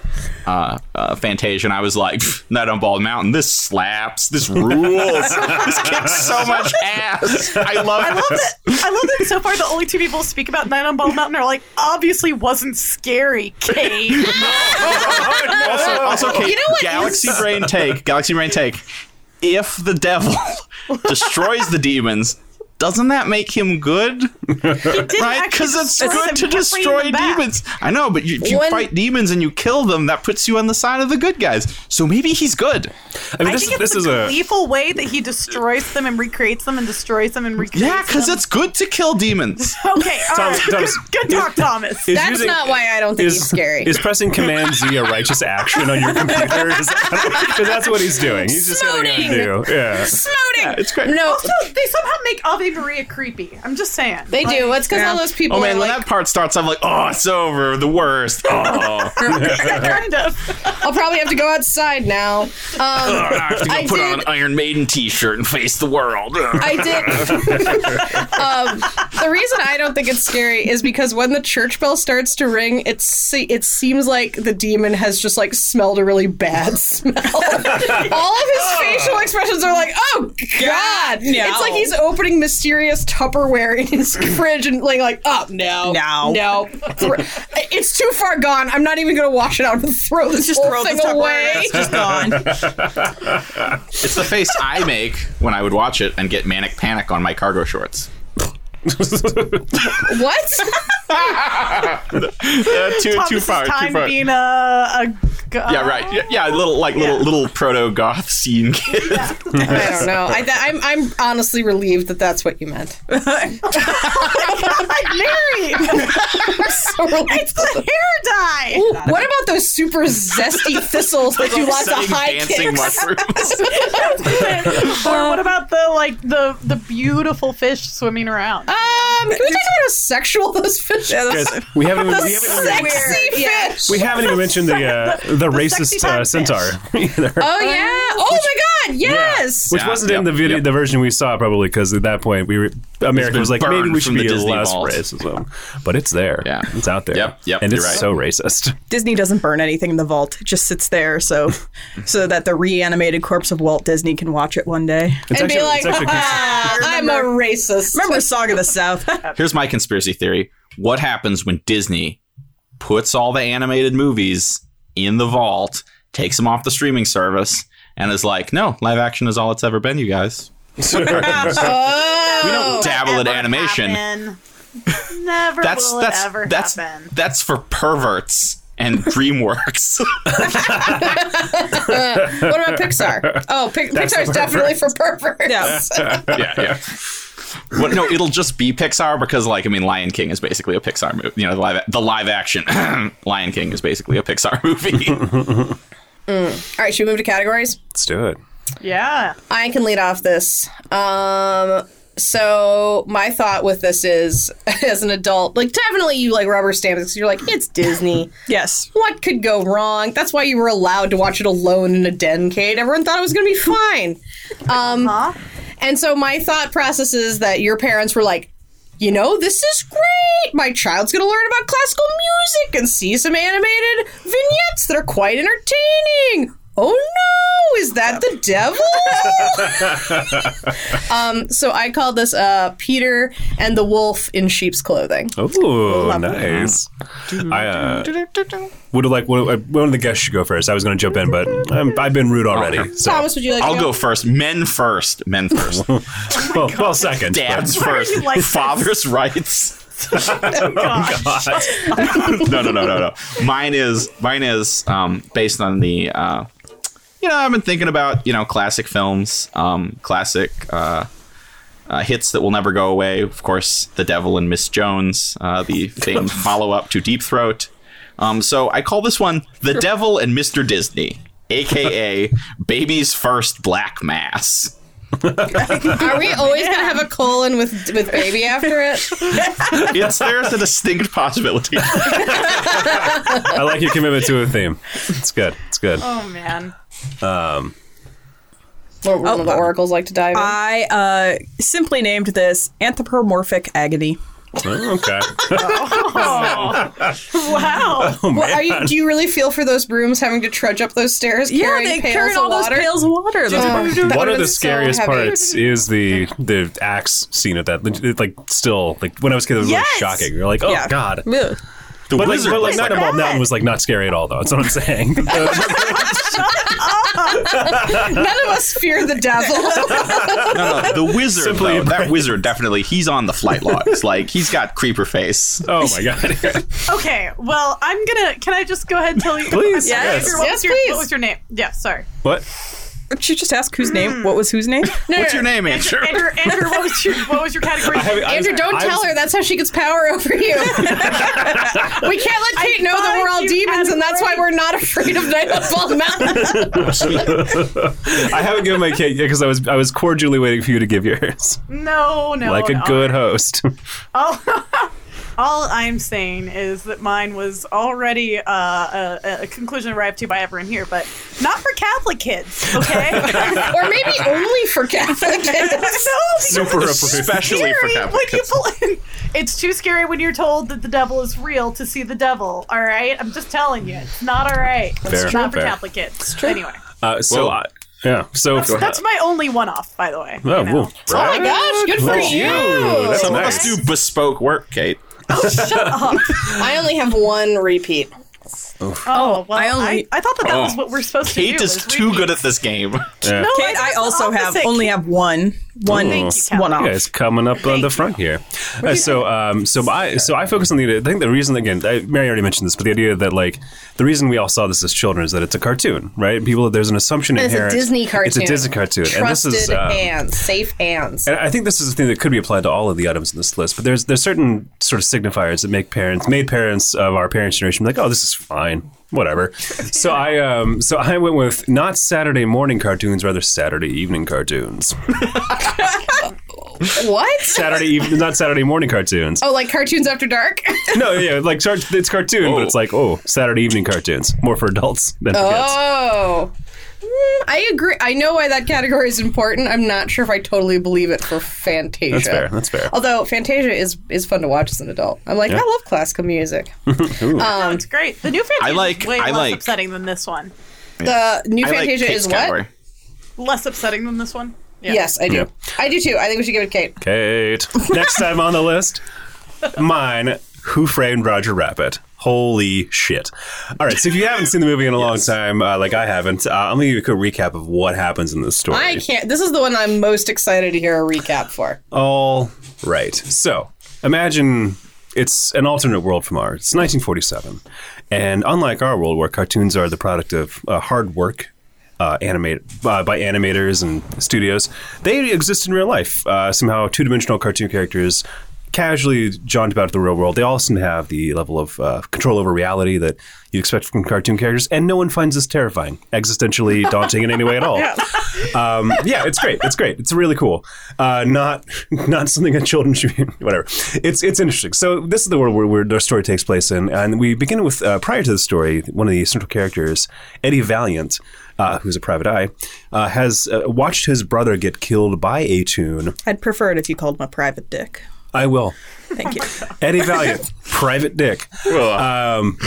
uh, uh, Fantasia, and I was like, "Pff, "Night on Bald Mountain, this slaps, this rules, this kicks so much ass." I love, I love this. that. I love that. So far, the only two people who speak about Night on Bald Mountain are like, obviously wasn't scary, Kate. Also, also Kate, You know what Galaxy Brain take, Galaxy Brain take. If the devil destroys the demons, doesn't that make him good? Didn't right? actually Because it's destroy good them, to kept bringing destroy them back. demons. I know, but you, if you When- fight demons and you kill them, that puts you on the side of the good guys. So maybe he's good. I mean, I this think it's this is the a gleeful way that he destroys them and recreates them and destroys them and recreates Yeah, because them. it's good to kill demons. Okay, all Thomas- right. Good, Thomas- good talk, Thomas. is That's using- not why I don't think he's Is, scary. is pressing Command Z a righteous action on your computer? Because that's what he's doing. He's just hitting Smoting. undo. Yeah. Smoting. it's great. No, Also, they somehow make Ave Maria creepy. I'm just saying. they do. It's because Yeah. all those people Oh man, are when like, that part starts, I'm like, oh, it's over, the worst. Oh, kind of. I'll probably have to go outside now. Um, I have to go I put on an did- Iron Maiden T-shirt and face the world. I did. um, the reason I don't think it's scary is because when the church bell starts to ring, it se- it seems like the demon has just like smelled a really bad smell. All of his facial expressions are like, "Oh God!" Yeah. It's like he's opening mysterious Tupperware in his fridge and like, like, "Oh no, No. no, Thro- it's too far gone. I'm not even gonna wash it out and throw this Just whole throw thing the Tupperware. away." It's just gone. it's the face I make when I would watch it and get manic panic on my cargo shorts. What? Uh, too too Thomas's far, too time far. being a, a g- yeah, right. Yeah, yeah, little like little little proto goth scene kid. I don't know. I th- I'm I'm honestly relieved that that's what you meant. Mary, So relieved. it's the hair dye. Ooh, what about those super zesty thistles that do lots of Upsetting high dancing kicks? mushrooms. or what about the like the the beautiful fish swimming around? Um, can we talk about how sexual those fish are? Guys, we haven't even, we haven't even, Sexy weird. fish. Yeah. we haven't even mentioned the uh, the, sexy racist time uh, fish. centaur either. Oh yeah! Oh my God! Yes. Which Yeah, wasn't in yeah, the video, yeah. the version we saw probably because at that point we were America been was like maybe burned we should from the be Disney less vault. racism, but it's there, Yeah. it's out there, Yep, yep, and it's you're right. so racist. Disney doesn't burn anything in the vault; it just sits there so so that the reanimated corpse of Walt Disney can watch it one day. It's and be actually- like, it's actually "Ah, I'm a racist. Remember Song of the South? Here's my conspiracy theory. What happens when Disney puts all the animated movies in the vault, takes them off the streaming service, and is like, no, live action is all it's ever been, you guys. Oh, We don't dabble in animation. Happen. Never That's will that's it ever that's happen. that's for perverts and DreamWorks. what about Pixar? Oh, Pi- Pixar's definitely for perverts. Yeah. yeah, yeah. Well, no, it'll just be Pixar because, like, I mean, Lion King is basically a Pixar movie. You know, the live the live action Lion King is basically a Pixar movie. All right, should we move to categories? let's do it. Yeah. I can lead off this. Um, so my thought with this is, as an adult, like definitely you like rubber stamps because you're like it's Disney. yes. what could go wrong? That's why you were allowed to watch it alone in a den, Kate. Everyone thought it was going to be fine. Um, And so my thought process is that your parents were like, you know, this is great. My child's going to learn about classical music and see some animated vignettes that are quite entertaining. Oh no, is that the devil? um, so I called this uh, Peter and the Wolf in Sheep's Clothing. Oh, nice. I uh, would have like one of- one of the guests should go first. I was going to jump in, but I'm, I've been rude already. So, Thomas, would you like I'll to go first. Men first. Men first. well, well, second, but- Dads are first. you like this? Oh, Father's rights. Oh, no, no, no, no, no. Mine is mine is um, based on the. Uh, you know, I've been thinking about you know classic films, um, classic uh, uh, hits that will never go away. Of course, The Devil and Miss Jones, uh, the famed follow up to Deep Throat. Um, so I call this one The Devil and Mr. Disney, aka Baby's First Black Mass. Are we always gonna have a colon with with baby after it? It's there's a distinct possibility. I like your commitment to a theme. It's good. It's good. Oh man. One one of the oracles like to dive in. I uh, simply named this anthropomorphic agony. Oh, okay. Wow. Oh, Well, man. are you, do you really feel for those brooms having to trudge up those stairs? Yeah, carrying they pails carried of all those water? pails of water. Those Yeah. were- That One would've of been the so scariest heavy. parts is the the axe scene at that. It, like still like when I was a kid, it was Yes! really shocking. You're like, oh Yeah. god. Ugh. The But, like, wizard but like looks Night like- on Bald Mountain was like not scary at all though. That's what I'm saying. None of us fear the devil. no, no, the wizard Simply though, that embrace. wizard definitely he's on the flight logs. like he's got creeper face. oh my god. Okay. Well, I'm gonna. Can I just go ahead and tell you? Please. I'm sorry, Yes. Andrew, what, Yes, was your, please. what was your name? Yeah. Sorry. what? Did you just ask whose name? What was whose name? What's your name, Andrew? Andrew. Andrew. What was your What was your category? Andrew, don't tell her. That's how she gets power over you. we can't let Kate know that thought we're all you demons, had and that's why we're not afraid of Night of Bald Mountain. I haven't given my cake because I was I was cordially waiting for you to give yours, no. No. like no. a good host. All, all I'm saying is that mine was already uh, a, a conclusion arrived to by everyone here, but not for Catholic kids. Okay. no. or maybe only for Catholic kids. because Super Especially for scary when Catholic you kids. bel- it's too scary when you're told that the devil is real to see the devil. All right, I'm just telling you, it's not all right. Fair, it's not for fair. Catholic kids. Anyway, Uh, so Well, I- yeah. So that's my only one-off, by the way. Oh, you know. whoa. Oh my gosh, good for That's you. you. That's Some nice. of us do bespoke work, Kate. I only have one repeat. Oh, well, I, I only- I, thought that that Oh. was what we're supposed Kate to do. is too good at this game. Yeah. No, Kate, I also have only have one, one, Thank you, Cal. one off. Yeah, it's coming up on the front here. Uh, so, um, so I, so I focus on the. I think the reason again, I, Mary already mentioned this, but the idea that like the reason we all saw this as children is that it's a cartoon, right? People, there's an assumption It's a inherent. Disney cartoon. It's a Disney cartoon, Trusted and this is um, hands, safe hands. and I think this is a thing that could be applied to all of the items in this list, but there's there's certain sort of signifiers that make parents made parents of our parents' generation be like, oh, this is fine, whatever. so I um so I went with not Saturday morning cartoons, rather Saturday evening cartoons. What? Saturday evening, not Saturday morning cartoons. Oh, like cartoons after dark? No, yeah, like sar- it's cartoon, Oh. but it's like oh Saturday evening cartoons, more for adults than for kids. Oh. Mm, I agree. I know why that category is important. I'm not sure if I totally believe it for Fantasia. That's fair. That's fair. Although Fantasia is is fun to watch as an adult. I'm like, I love classical music. No, it's great. The new Fantasia I like- is way I less like- upsetting than this one. The new I like Fantasia Kate's is what? category. Less upsetting than this one. Yeah. Yes, I do. Yeah. I do too. I think we should give it to Kate. Kate, next time on the list, mine. Who framed Roger Rabbit? Holy shit! All right, so if you haven't seen the movie in a long time, uh, like I haven't, uh, I'm gonna give you a quick recap of what happens in this story. I can't. This is the one I'm most excited to hear a recap for. All right. So imagine it's an alternate world from ours. It's 1947. And unlike our world, where cartoons are the product of uh, hard work uh, animate, uh, by animators and studios, they exist in real life. Uh, somehow, two dimensional cartoon characters casually jaunt about the real world. They all seem to have the level of uh, control over reality that you'd expect from cartoon characters. And no one finds this terrifying, existentially daunting in any way at all. Um, yeah, it's great. It's great. It's really cool. Uh, not not something that children should be, whatever. It's it's interesting. So this is the world where, where our story takes place in, and we begin with uh, prior to the story, one of the central characters, Eddie Valiant, uh, who's a private eye, uh, has uh, watched his brother get killed by a tune. I'd prefer it if you called my private dick. I will. Thank you. Eddie Valiant, private dick, um,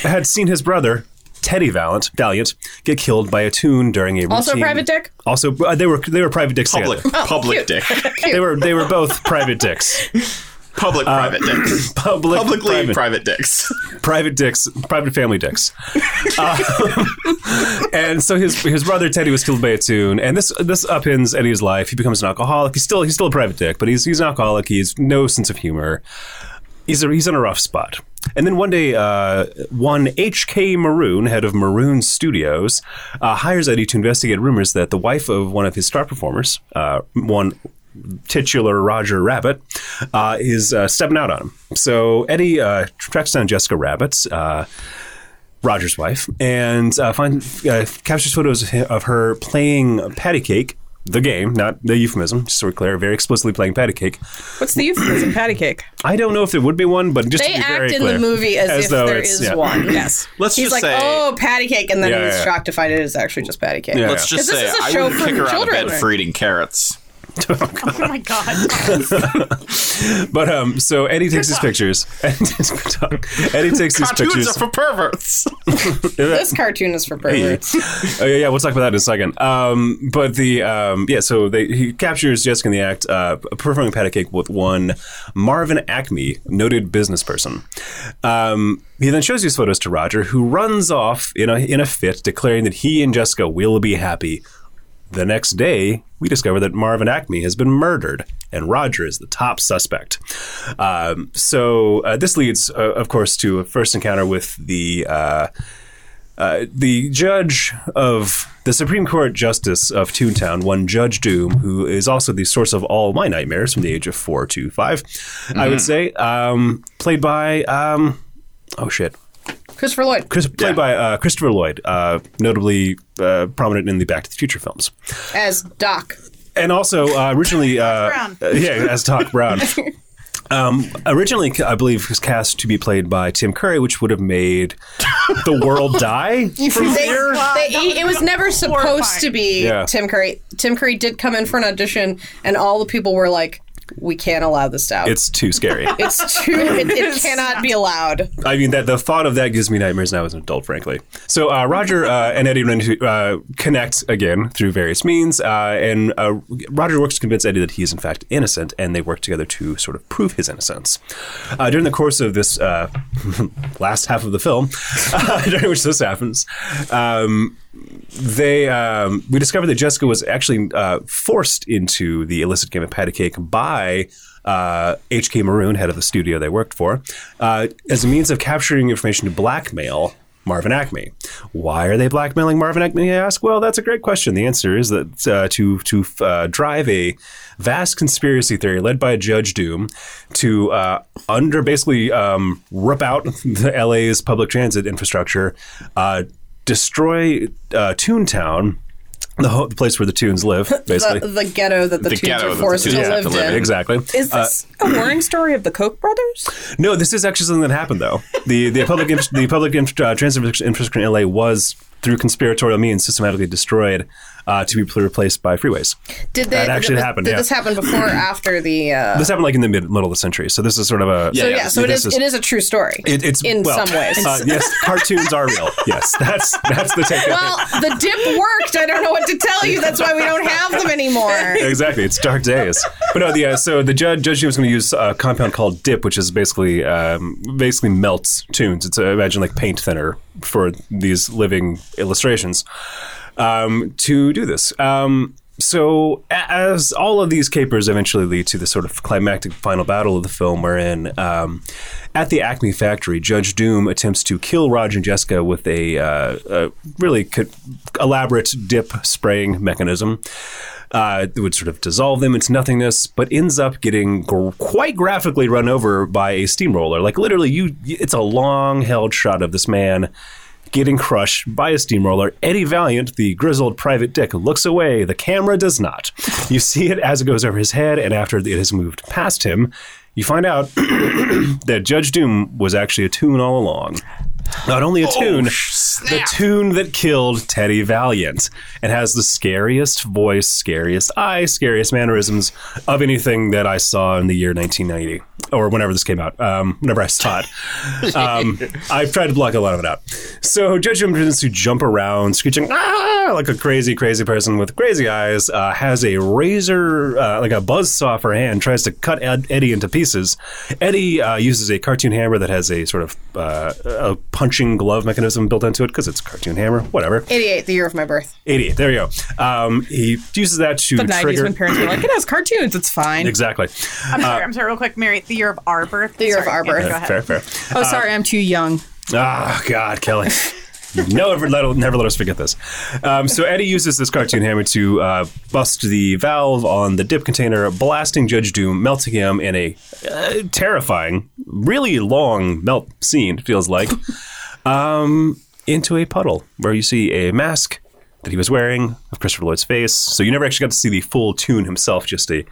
had seen his brother. Teddy Valiant, Valiant, get killed by a tune during a routine. Also, private dick. Also, uh, they were they were private dicks. Public, together. Oh, public dick, They were they were both private dicks. public private dicks, Uh, Public, publicly private, private, dicks. private dicks, private family dicks. Um, and so his his brother Teddy was killed by a tune, and this this upends Eddie's life. He becomes an alcoholic. He's still he's still a private dick, but he's he's an alcoholic. He's no sense of humor. He's a, he's in a rough spot. And then one day, uh, one H.K. Maroon, head of Maroon Studios, uh, hires Eddie to investigate rumors that the wife of one of his star performers, uh, one titular Roger Rabbit, uh, is uh, stepping out on him. So Eddie uh, tracks down Jessica Rabbit, uh, Roger's wife, and uh, find, uh, captures photos of hi- of her playing patty cake the game, not the euphemism, just so we're clear, very explicitly playing patty cake. What's the euphemism? Patty cake. I don't know if there would be one, but just They to be act very in clear, the movie as, if though there it's- is yeah. one. Yes. Let's He's just like, say- oh, patty cake, and then Yeah, he's yeah. shocked to find it is actually just patty cake. Yeah. Let's just This say is a I show would for kick her out of children. bed for eating carrots. Oh my god. But um, so Eddie takes his pictures. Eddie takes, good talk. Eddie takes his Cartoons pictures. are for perverts. This cartoon is for perverts. oh, yeah, yeah, we'll talk about that in a second. Um, but the um, yeah, so they, he captures Jessica in the act, uh, performing patty cake with one Marvin Acme, noted business person. Um, he then shows these photos to Roger, who runs off in a in a fit, declaring that he and Jessica will be happy. The next day, we discover that Marvin Acme has been murdered, and Roger is the top suspect. Um, so uh, this leads, uh, of course, to a first encounter with the. Uh, uh, the judge of the Supreme Court Justice of Toontown, one Judge Doom, who is also the source of all my nightmares from the age of four to 5 I would say, um, played by um, oh shit, Christopher Lloyd. Chris, played by uh, Christopher Lloyd, uh, notably uh, prominent in the Back to the Future films, as Doc. and also uh, originally uh, Brown. yeah, as Doc Brown. Um, originally, I believe was cast to be played by Tim Curry, which would have made the world die from They, fear. they- he- it was never supposed to be Yeah. Tim Curry. Tim Curry did come in for an audition, and all the people were like, "We can't allow this out. It's too scary. It's too. It, it cannot be allowed." I mean, that the thought of that gives me nightmares now as an adult, frankly. So uh, Roger uh, and Eddie run into, uh, connect again through various means, uh, and uh, Roger works to convince Eddie that he is in fact innocent, and they work together to sort of prove his innocence. Uh, during the course of this uh, last half of the film, during which this happens, um, they um, we discovered that Jessica was actually uh, forced into the illicit game of patty cake by uh, H.K. Maroon, head of the studio they worked for, uh, as a means of capturing information to blackmail Marvin Acme. Why are they blackmailing Marvin Acme? I ask. Well, that's a great question. The answer is that uh, to to uh, drive a vast conspiracy theory led by Judge Doom to uh, under basically um, rip out the LA's public transit infrastructure. Uh, destroy uh, Toontown, the, ho- the place where the Toons live, basically. The, the ghetto that the, The teens ghetto are that the forced to teens have live to live in. in. exactly. Is this a warring story of the Koch brothers? No, this is actually something that happened though. The the public inf- the public inf- uh, transit infra- infrastructure in LA was through conspiratorial means systematically destroyed uh, to be pl- replaced by freeways. Did they? That actually did, happened, Did yeah. this happen before or after the? Uh, This happened like in the mid- middle of the century. So this is sort of a so yeah, yeah, so it this is, It is a true story. it- it's in well, some ways. Uh, yes, cartoons are real. Yes, that's that's the takeaway. well, the dip worked. I don't know what to tell you. That's why we don't have them anymore. exactly. It's dark days. But no, the uh, so the judge judge was going to use a compound called dip, which is basically um, basically melts tunes. It's uh, imagine like paint thinner for these living illustrations um, to do this. Um, so a- as all of these capers eventually lead to the sort of climactic final battle of the film, wherein um, at the Acme factory, Judge Doom attempts to kill Roger and Jessica with a, uh, a really co- elaborate dip spraying mechanism uh, it would sort of dissolve them into nothingness, but ends up getting gr- quite graphically run over by a steamroller. Like literally, you it's a long held shot of this man getting crushed by a steamroller. Eddie Valiant, the grizzled private dick, looks away. The camera does not. You see it as it goes over his head, and after it has moved past him, you find out that Judge Doom was actually a tune all along. Not only a tune, the tune that killed Teddy Valiant and has the scariest voice, scariest eye, scariest mannerisms of anything that I saw in the year 1990 or whenever this came out, um, whenever I saw it. Um, I've tried to block a lot of it out. So Judge Doom tends to jump around, screeching, ah, like a crazy, crazy person with crazy eyes, uh, has a razor, uh, like a buzzsaw for hand, tries to cut Ed- Eddie into pieces. Eddie uh, uses a cartoon hammer that has a sort of uh, a punching glove mechanism built into it because it's a cartoon hammer, whatever. 88, the year of my birth. 88, there you go. Um, he uses that to The 90s trigger. when parents were like, it has cartoons, it's fine. Exactly. I'm sorry, I'm sorry, real quick, Mary. The year of our birth. The year of our birth. Go Fair, ahead. fair. Oh, sorry, I'm too young. Ah, God, Kelly. You never let, never let us forget this. Um, so Eddie uses this cartoon hammer to uh, bust the valve on the dip container, blasting Judge Doom, melting him in a uh, terrifying, really long melt scene. It feels like um, into a puddle where you see a mask that he was wearing of Christopher Lloyd's face. So you never actually got to see the full tune himself, just a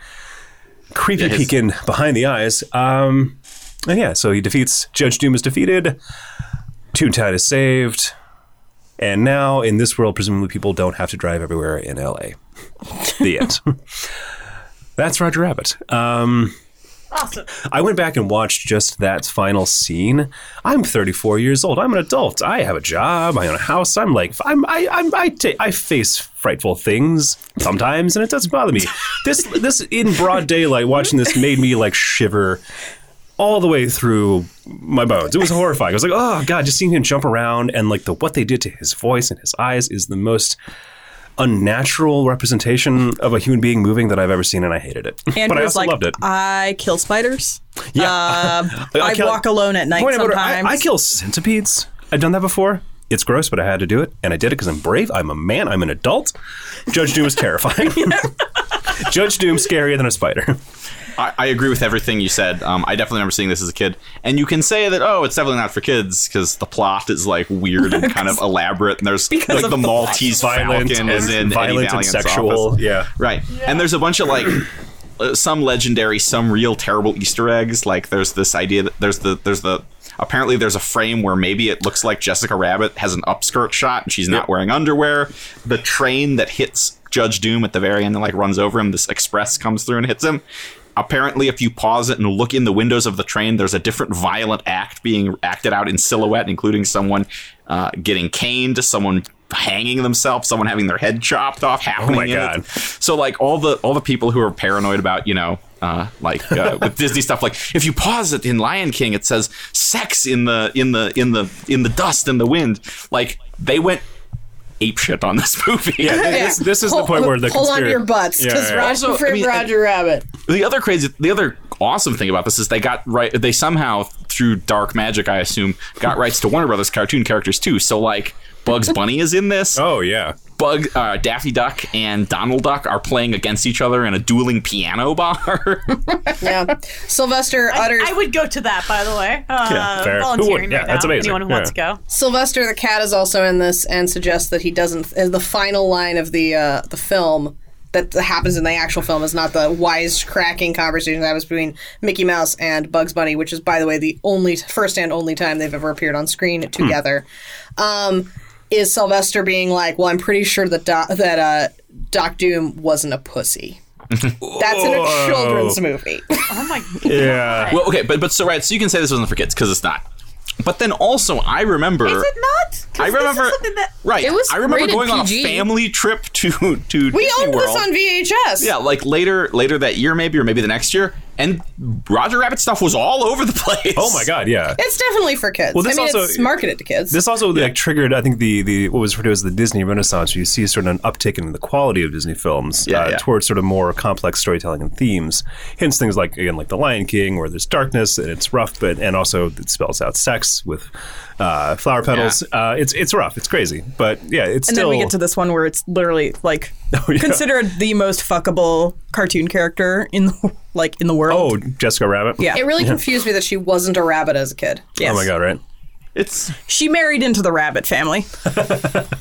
creepy his- peek in behind the eyes. Um, and yeah, so he defeats Judge Doom is defeated. Toontown is saved. And now in this world, presumably people don't have to drive everywhere in LA. The end. That's Roger Rabbit. Awesome. I went back and watched just that final scene. I'm 34 years old. I'm an adult. I have a job. I own a house. I'm like I'm I I'm, I, ta- I face frightful things sometimes, and it doesn't bother me. This this in broad daylight watching this made me like shiver all the way through my bones. It was horrifying. I was like, oh god, just seeing him jump around and like the what they did to his voice and his eyes is the most unnatural representation of a human being moving that I've ever seen, and I hated it. but I Andrew's also like, loved it. I kill spiders. Yeah. Uh, I, I kill- walk alone at night Point of order, I, sometimes. I kill centipedes. I've done that before. It's gross, but I had to do it, and I did it because I'm brave. I'm a man. I'm an adult. Judge Doom is terrifying. Judge Doom scarier than a spider. I, I agree with everything you said. Um, I definitely remember seeing this as a kid, and you can say that oh, it's definitely not for kids because the plot is like weird and kind of elaborate, and there's like the, of the plot. Maltese Violent Falcon is and- in Eddie violent and Valiant's sexual, office. yeah. right. And there's a bunch of like. uh, Some legendary, some real terrible Easter eggs. Like there's this idea that there's the there's the apparently there's a frame where maybe it looks like Jessica Rabbit has an upskirt shot and she's not wearing underwear. The train that hits Judge Doom at the very end and like runs over him. This express comes through and hits him. Apparently, if you pause it and look in the windows of the train, there's a different violent act being acted out in silhouette, including someone uh, getting caned, someone hanging themselves, someone having their head chopped off, happening. in it. God. So like all the all the people who are paranoid about you know. Uh, like uh, with Disney stuff, like if you pause it in Lion King, it says "sex" in the in the in the in the dust in the wind. Like they went ape shit on this movie. This, this is the Hold- point where the hold on to conspira- your butts Yeah, because yeah. Roger, Also, I frame mean, Roger Rabbit. the other crazy the other awesome thing about this is they got right they somehow through dark magic i assume got rights to warner brothers cartoon characters too so like bugs bunny is in this Oh yeah. bug uh, daffy duck and donald duck are playing against each other in a dueling piano bar Yeah, Sylvester utters. I would go to that, by the way. Uh, Yeah, fair. Who Volunteering wouldn't? Yeah, right that's now. amazing. Anyone who wants to go. Sylvester the cat is also in this and suggests that he doesn't. uh, The final line of the uh, the film that happens in the actual film is not the wisecracking conversation that was between Mickey Mouse and Bugs Bunny, which is, by the way, the only first and only time they've ever appeared on screen together. Um, is Sylvester being like, "Well, I'm pretty sure that Doc, that uh, Doc Doom wasn't a pussy." That's in a children's movie. Oh my Yeah. well okay but but so right so you can say this wasn't for kids because it's not but then also i remember Is it not? 'Cause I remember, This is something that, right? It was I remember rated going on a PG. family trip to to We Disney owned World. this on VHS. Yeah, like later later that year maybe or maybe the next year and Roger Rabbit stuff was all over the place. Oh my god. Yeah. It's definitely for kids. Well, this I mean, also- it's marketed to kids. This also like triggered, I think the the what was referred to as the Disney Renaissance. Where you see sort of an uptick in the quality of Disney films uh, Yeah, yeah. towards sort of more complex storytelling and themes. Hence, things like again, like The Lion King, where there's darkness and it's rough, but and also it spells out sex with uh, flower petals. Uh, it's it's rough, it's crazy, but yeah, it's and still. Oh, then we get to this one where it's literally like yeah. considered the most fuckable cartoon character in the, like in the world. oh, Jessica Rabbit. Yeah. It really confused me that she wasn't a rabbit as a kid. Yes. Oh my god! Right. It's She married into the rabbit family.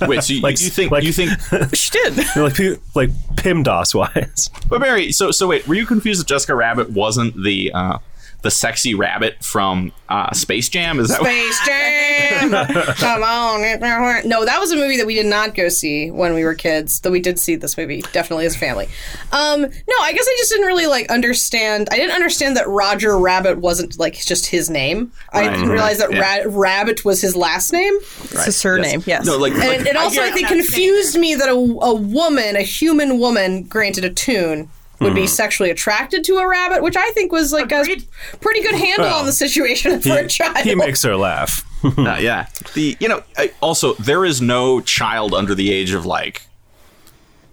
wait, so you, Like- you think like- you think She did. They're like pe- like Pimdos wise. But Mary, so so wait, were you confused that Jessica Rabbit wasn't the uh the sexy rabbit from uh Space Jam? Is that what Space Jam. Come on. No, that was a movie that we did not go see when we were kids. Though we did see this movie definitely as a family. Um, no, I guess I just didn't really like understand. I didn't understand that Roger Rabbit wasn't like just his name. I Right. didn't realize that Yeah. Ra- Rabbit was his last name. It's a surname. Yes. No, like, like- And it also, I think, confused me that a, a woman, a human woman, granted a tune. Would Hmm. be sexually attracted to a rabbit, which I think was like a Agreed. pretty good handle on the situation for a child. He makes her laugh. uh, yeah. The you know, I, also there is no child under the age of like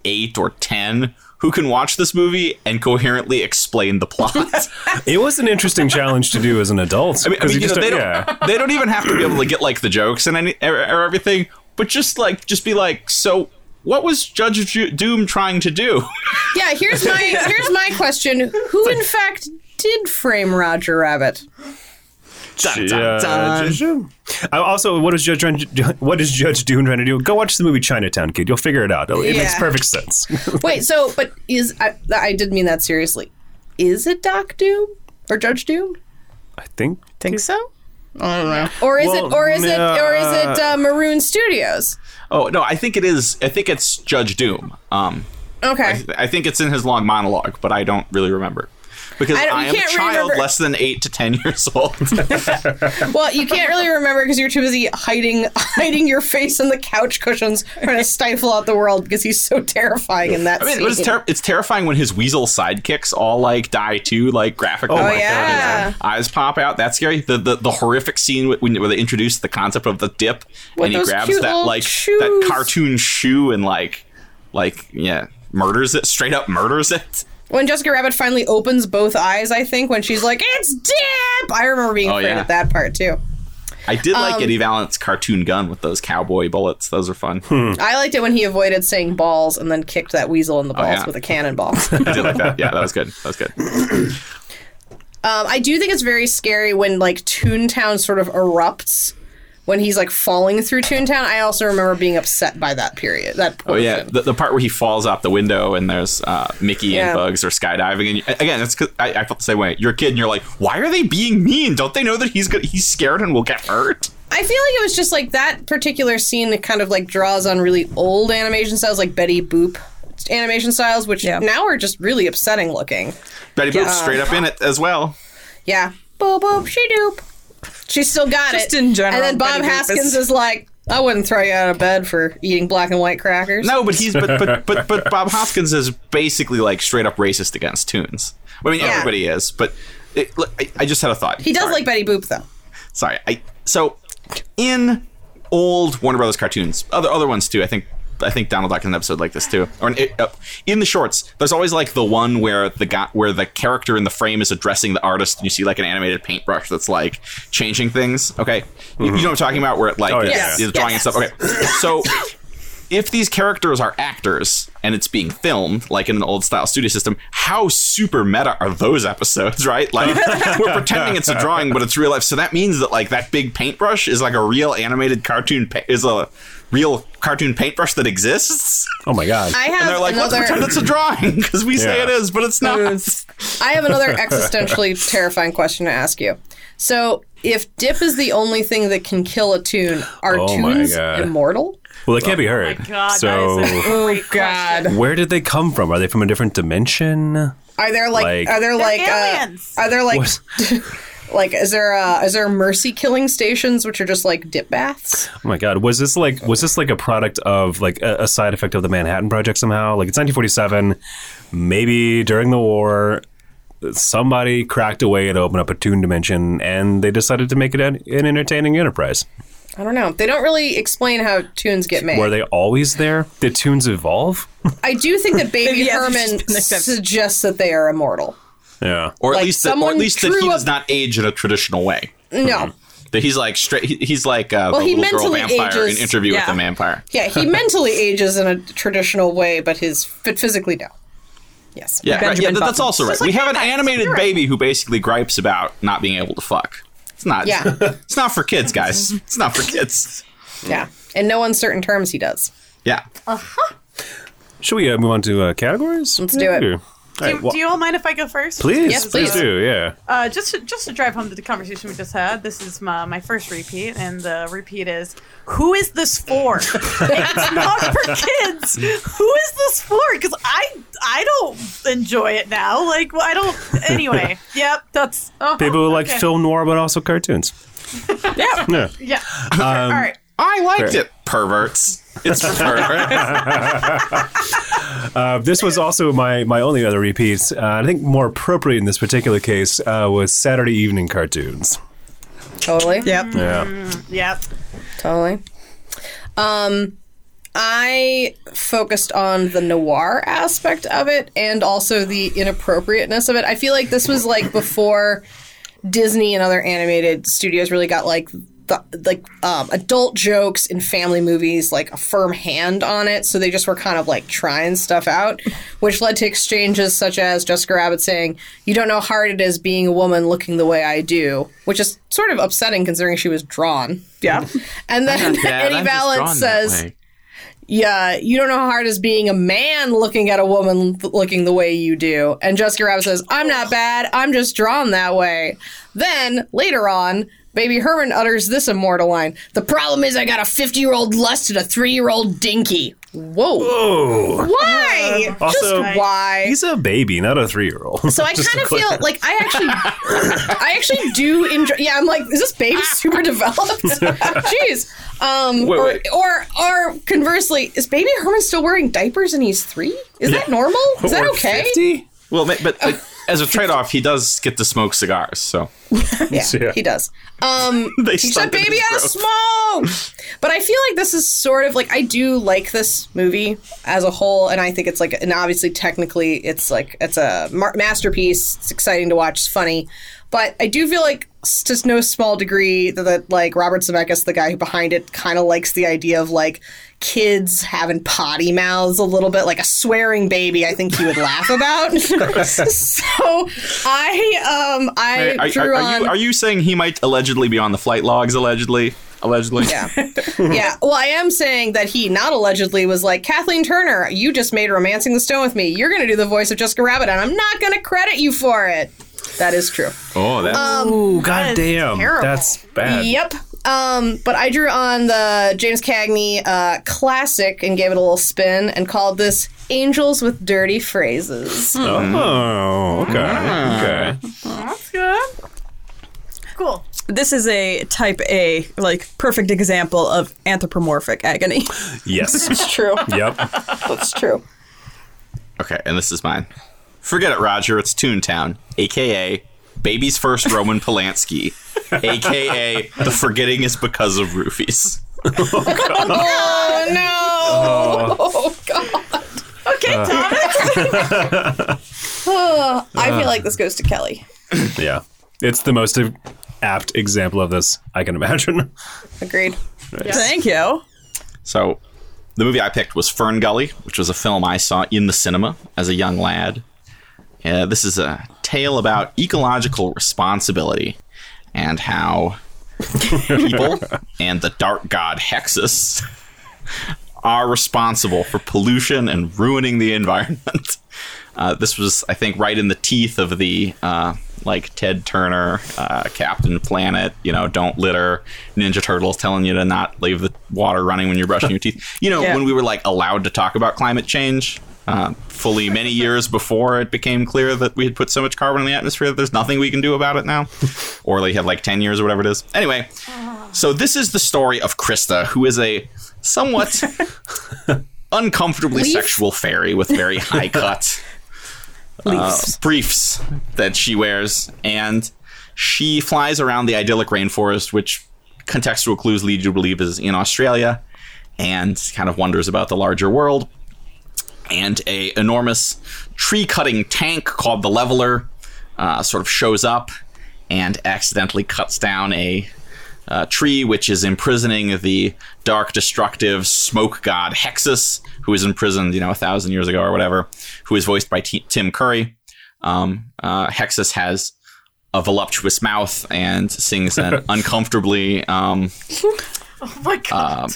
8 or 10 who can watch this movie and coherently explain the plot. It was an interesting challenge to do as an adult. I mean, I 'cause mean, you know, they, don't, yeah. they don't even have to be able to get like the jokes and any, or, or everything, but just like just be like, so what was Judge Ju- Doom trying to do? Yeah, here's my here's my question. Who in fact did frame Roger Rabbit? Dun, dun, dun. Judge. uh, I also, what is Judge trying to- what is Judge Dune trying to do? Go watch the movie Chinatown, kid. You'll figure it out. It makes Yeah. perfect sense. Wait, so but is I, I did mean that seriously. Is it Doc Doom or Judge Doom? I think. Think Oh so? I don't know. Or is Well, it or is it or is it nah. uh, Maroon Studios? Oh no, I think it is. I think it's Judge Doom. Um, Okay. I think it's in his long monologue, but I don't really remember because I I, don't- you am a can't child remember- less than eight to ten years old. Well, you can't really remember because you're too busy hiding hiding your face in the couch cushions trying to stifle out the world because he's so terrifying in that I mean, it scene. was ter- it's terrifying when his weasel sidekicks all like die too, like graphic. my like, God, uh, Oh, yeah. his Eyes pop out. That's scary. The the, the horrific scene wh- when, where they introduce the concept of the dip, and he those grabs cute that little like that shoes. cartoon shoe and like like yeah murders it straight up murders it. when Jessica Rabbit finally opens both eyes, I think when she's like, "It's dip," I remember being Oh, afraid yeah. of that part too. I did like Um, Eddie Valent's cartoon gun with those cowboy bullets. Those are fun. I liked it when he avoided saying balls and then kicked that weasel in the balls Oh, yeah. with a cannonball. I did like that. Yeah, that was good. That was good. Um, I do think it's very scary when like Toontown sort of erupts when he's like falling through Toontown. I also remember being upset by that period. That Oh yeah, portion. the, the part where he falls out the window and there's uh, Mickey Yeah. and Bugs are skydiving. And you- again, that's 'cause I, I felt the same way. You're a kid and you're like, why are they being mean? Don't they know that he's good? He's scared and will get hurt. I feel like it was just like that particular scene that kind of like draws on really old animation styles, like Betty Boop animation styles, which Yeah. now are just really upsetting looking. Betty Boop's straight up in it as well. Yeah. Boop boop she doop. She's still got it. Just in general, And then Bob Betty Boop Haskins is- is like, I wouldn't throw you out of bed for eating black and white crackers. No, but he's but but but, but Bob Hoskins is basically like straight up racist against Toons. I mean, everybody is, but. It, look, I, I just had a thought. He does Sorry. like Betty Boop though. sorry. I so in old Warner Brothers cartoons, other other ones too. I think I think Donald Duck had an episode like this too. Or in, uh, in the shorts, there's always like the one where the guy, where the character in the frame is addressing the artist, and you see like an animated paintbrush that's like changing things. Okay, You- you, know what I'm talking about? Where it like Mm-hmm. Oh, yeah. Yes, it's, it's drawing yes. and stuff. Okay, so. If these characters are actors and it's being filmed, like in an old style studio system, how super meta are those episodes, right? Like we're pretending it's a drawing, but it's real life. So that means that like that big paintbrush is like a real animated cartoon pa- is a real cartoon paintbrush that exists. Oh my god. I And have they're like, another let's pretend it's a drawing because we say Yeah. it is, but it's not. I have another existentially terrifying question to ask you. So, if dip is the only thing that can kill a tune, are Oh my tunes God. immortal? well, they can't be heard. God, so, that is a Oh great God. question. where did they come from? Are they from a different dimension? Are there like, Like- are there like uh, aliens. are there like What? like is there uh, is there mercy killing stations which are just like dip baths? Oh my god, was this like was this like a product of like a, a side effect of the Manhattan Project somehow? Like it's 1947, maybe during the war, somebody cracked away and opened up a tune dimension, and they decided to make it an, an entertaining enterprise. I don't know. They don't really explain how tunes get made. Were they always there? Did tunes evolve? I do think that Baby Yeah, they've just Herman been accepted. suggests that they are immortal. Yeah. Or at Like, least that, or at someone least that he drew a- does not age in a traditional way. Hmm. No. That he's like straight. he- He's like uh, the he little girl mentally vampire ages- in Interview yeah. with the Vampire. Yeah, he mentally ages in a traditional way, but his but physically no. Yes. Yeah, right. yeah Benjamin that- that's Button. also right. we have an animated baby who basically gripes about not being able to fuck. It's not. Yeah. It's not for kids, guys. It's not for kids. Yeah. In no uncertain terms, he does. Yeah. Should we uh, move on to uh, categories? Let's do it. Do, Do, you- do you all mind if I go first? please, Yes, please, please. Oh, do. Yeah. Uh, just to, just to drive home the conversation we just had, this is my, my first repeat, and the repeat is, who is this for? it's not for kids. Who is this for? Because I I don't enjoy it now. Like well, I don't. Anyway, yep, that's uh-huh, People who like okay. film noir but also cartoons. Yeah, Yeah. yeah. Um, all right. I liked it. Perverts. It's for perverts. Uh, this was also my my only other repeat. Uh, I think more appropriate in this particular case uh, was Saturday evening cartoons. Totally. Yep. Mm. Yeah. Yep. Totally. Um, I focused on the noir aspect of it and also the inappropriateness of it. I feel like this was like before Disney and other animated studios really got like the like um, adult jokes in family movies like a firm hand on it. So they just were kind of like trying stuff out, which led to exchanges such as Jessica Rabbit saying, "You don't know how hard it is being a woman looking the way I do," which is sort of upsetting considering she was drawn. Yeah. And then Dad, Eddie I'm just Valance drawn that says, way. "Yeah, you don't know how hard it is being a man looking at a woman th- looking the way you do." And Jessica Rabbit says, "I'm not bad. I'm just drawn that way." Then later on. Baby Herman utters this immortal line The problem is, I got a 50 year old lust and a 3 year old dinky. Whoa. Oh, Why? also- Just why? he's a baby, not a three-year-old. So I kind of feel like I actually, I actually do enjoy. Yeah, I'm like, is this baby super developed? Jeez. Um, Wait, or, wait. or or conversely, is baby Herman still wearing diapers and he's three? Is that normal? Is that Or okay? 50? Well, ma- but like, as a trade-off, he does get to smoke cigars. So Yeah, Yeah. he does. Um, They he said, sunk in "Baby, his I throat. smoke." But I feel like this is sort of like I do like this movie as a whole, and I think it's like, and obviously, technically, it's like it's a mar- masterpiece. It's exciting to watch. It's funny, but I do feel like s- to no small degree that, that like Robert Zemeckis, the guy who behind it, kind of likes the idea of like kids having potty mouths a little bit, like a swearing baby. I think he would laugh about. so I um I Are- are, drew are on. you, are you saying he might allegedly be on the flight logs? Allegedly, allegedly. Yeah. yeah. Well, I am saying that he not allegedly was like, Kathleen Turner, you just made Romancing the Stone with me. You're going to do the voice of Jessica Rabbit, and I'm not going to credit you for it. That is true. Oh, that. Um, Ooh, goddamn, terrible. that's bad. Yep. Um, but I drew on the James Cagney uh, classic and gave it a little spin and called this Angels with Dirty Phrases. Oh, okay, Mm. okay. That's good. Cool. This is a type A, like perfect example of anthropomorphic agony. Yes. It's true. yep. It's true. Okay, and this is mine. Forget it, Roger. It's Toontown, aka Baby's First Roman Polanski, aka The Forgetting Is Because of Roofies. Oh, no. Oh, God. Okay, Thomas. Oh, I feel like this goes to Kelly. Yeah. It's the most apt example of this I can imagine. Agreed. Thank Uh, you. So, the movie I picked was Fern Gully, which was a film I saw in the cinema as a young lad. Uh, this is a tale about ecological responsibility and how people and the dark god Hexus are responsible for pollution and ruining the environment. Uh, this was, I think, right in the teeth of the uh, like Ted Turner, uh, Captain Planet, you know, don't litter, Ninja Turtles telling you to not leave the water running when you're brushing your teeth. You know, Yeah. when we were like allowed to talk about climate change. Uh, fully many years before it became clear that we had put so much carbon in the atmosphere that there's nothing we can do about it now. or they had like 10 years or whatever it is. Anyway, so this is the story of Krista, who is a somewhat uncomfortably sexual fairy with very high cut uh, briefs that she wears, and she flies around the idyllic rainforest, which contextual clues lead you to believe is in Australia, and kind of wonders about the larger world. And a enormous tree cutting tank called the Leveler uh, sort of shows up and accidentally cuts down a uh, tree, which is imprisoning the dark, destructive smoke god Hexus, who was imprisoned, you know, a thousand years ago or whatever, who is voiced by T- Tim Curry. Um, uh, Hexus has a voluptuous mouth and sings an uncomfortably um, Oh my god.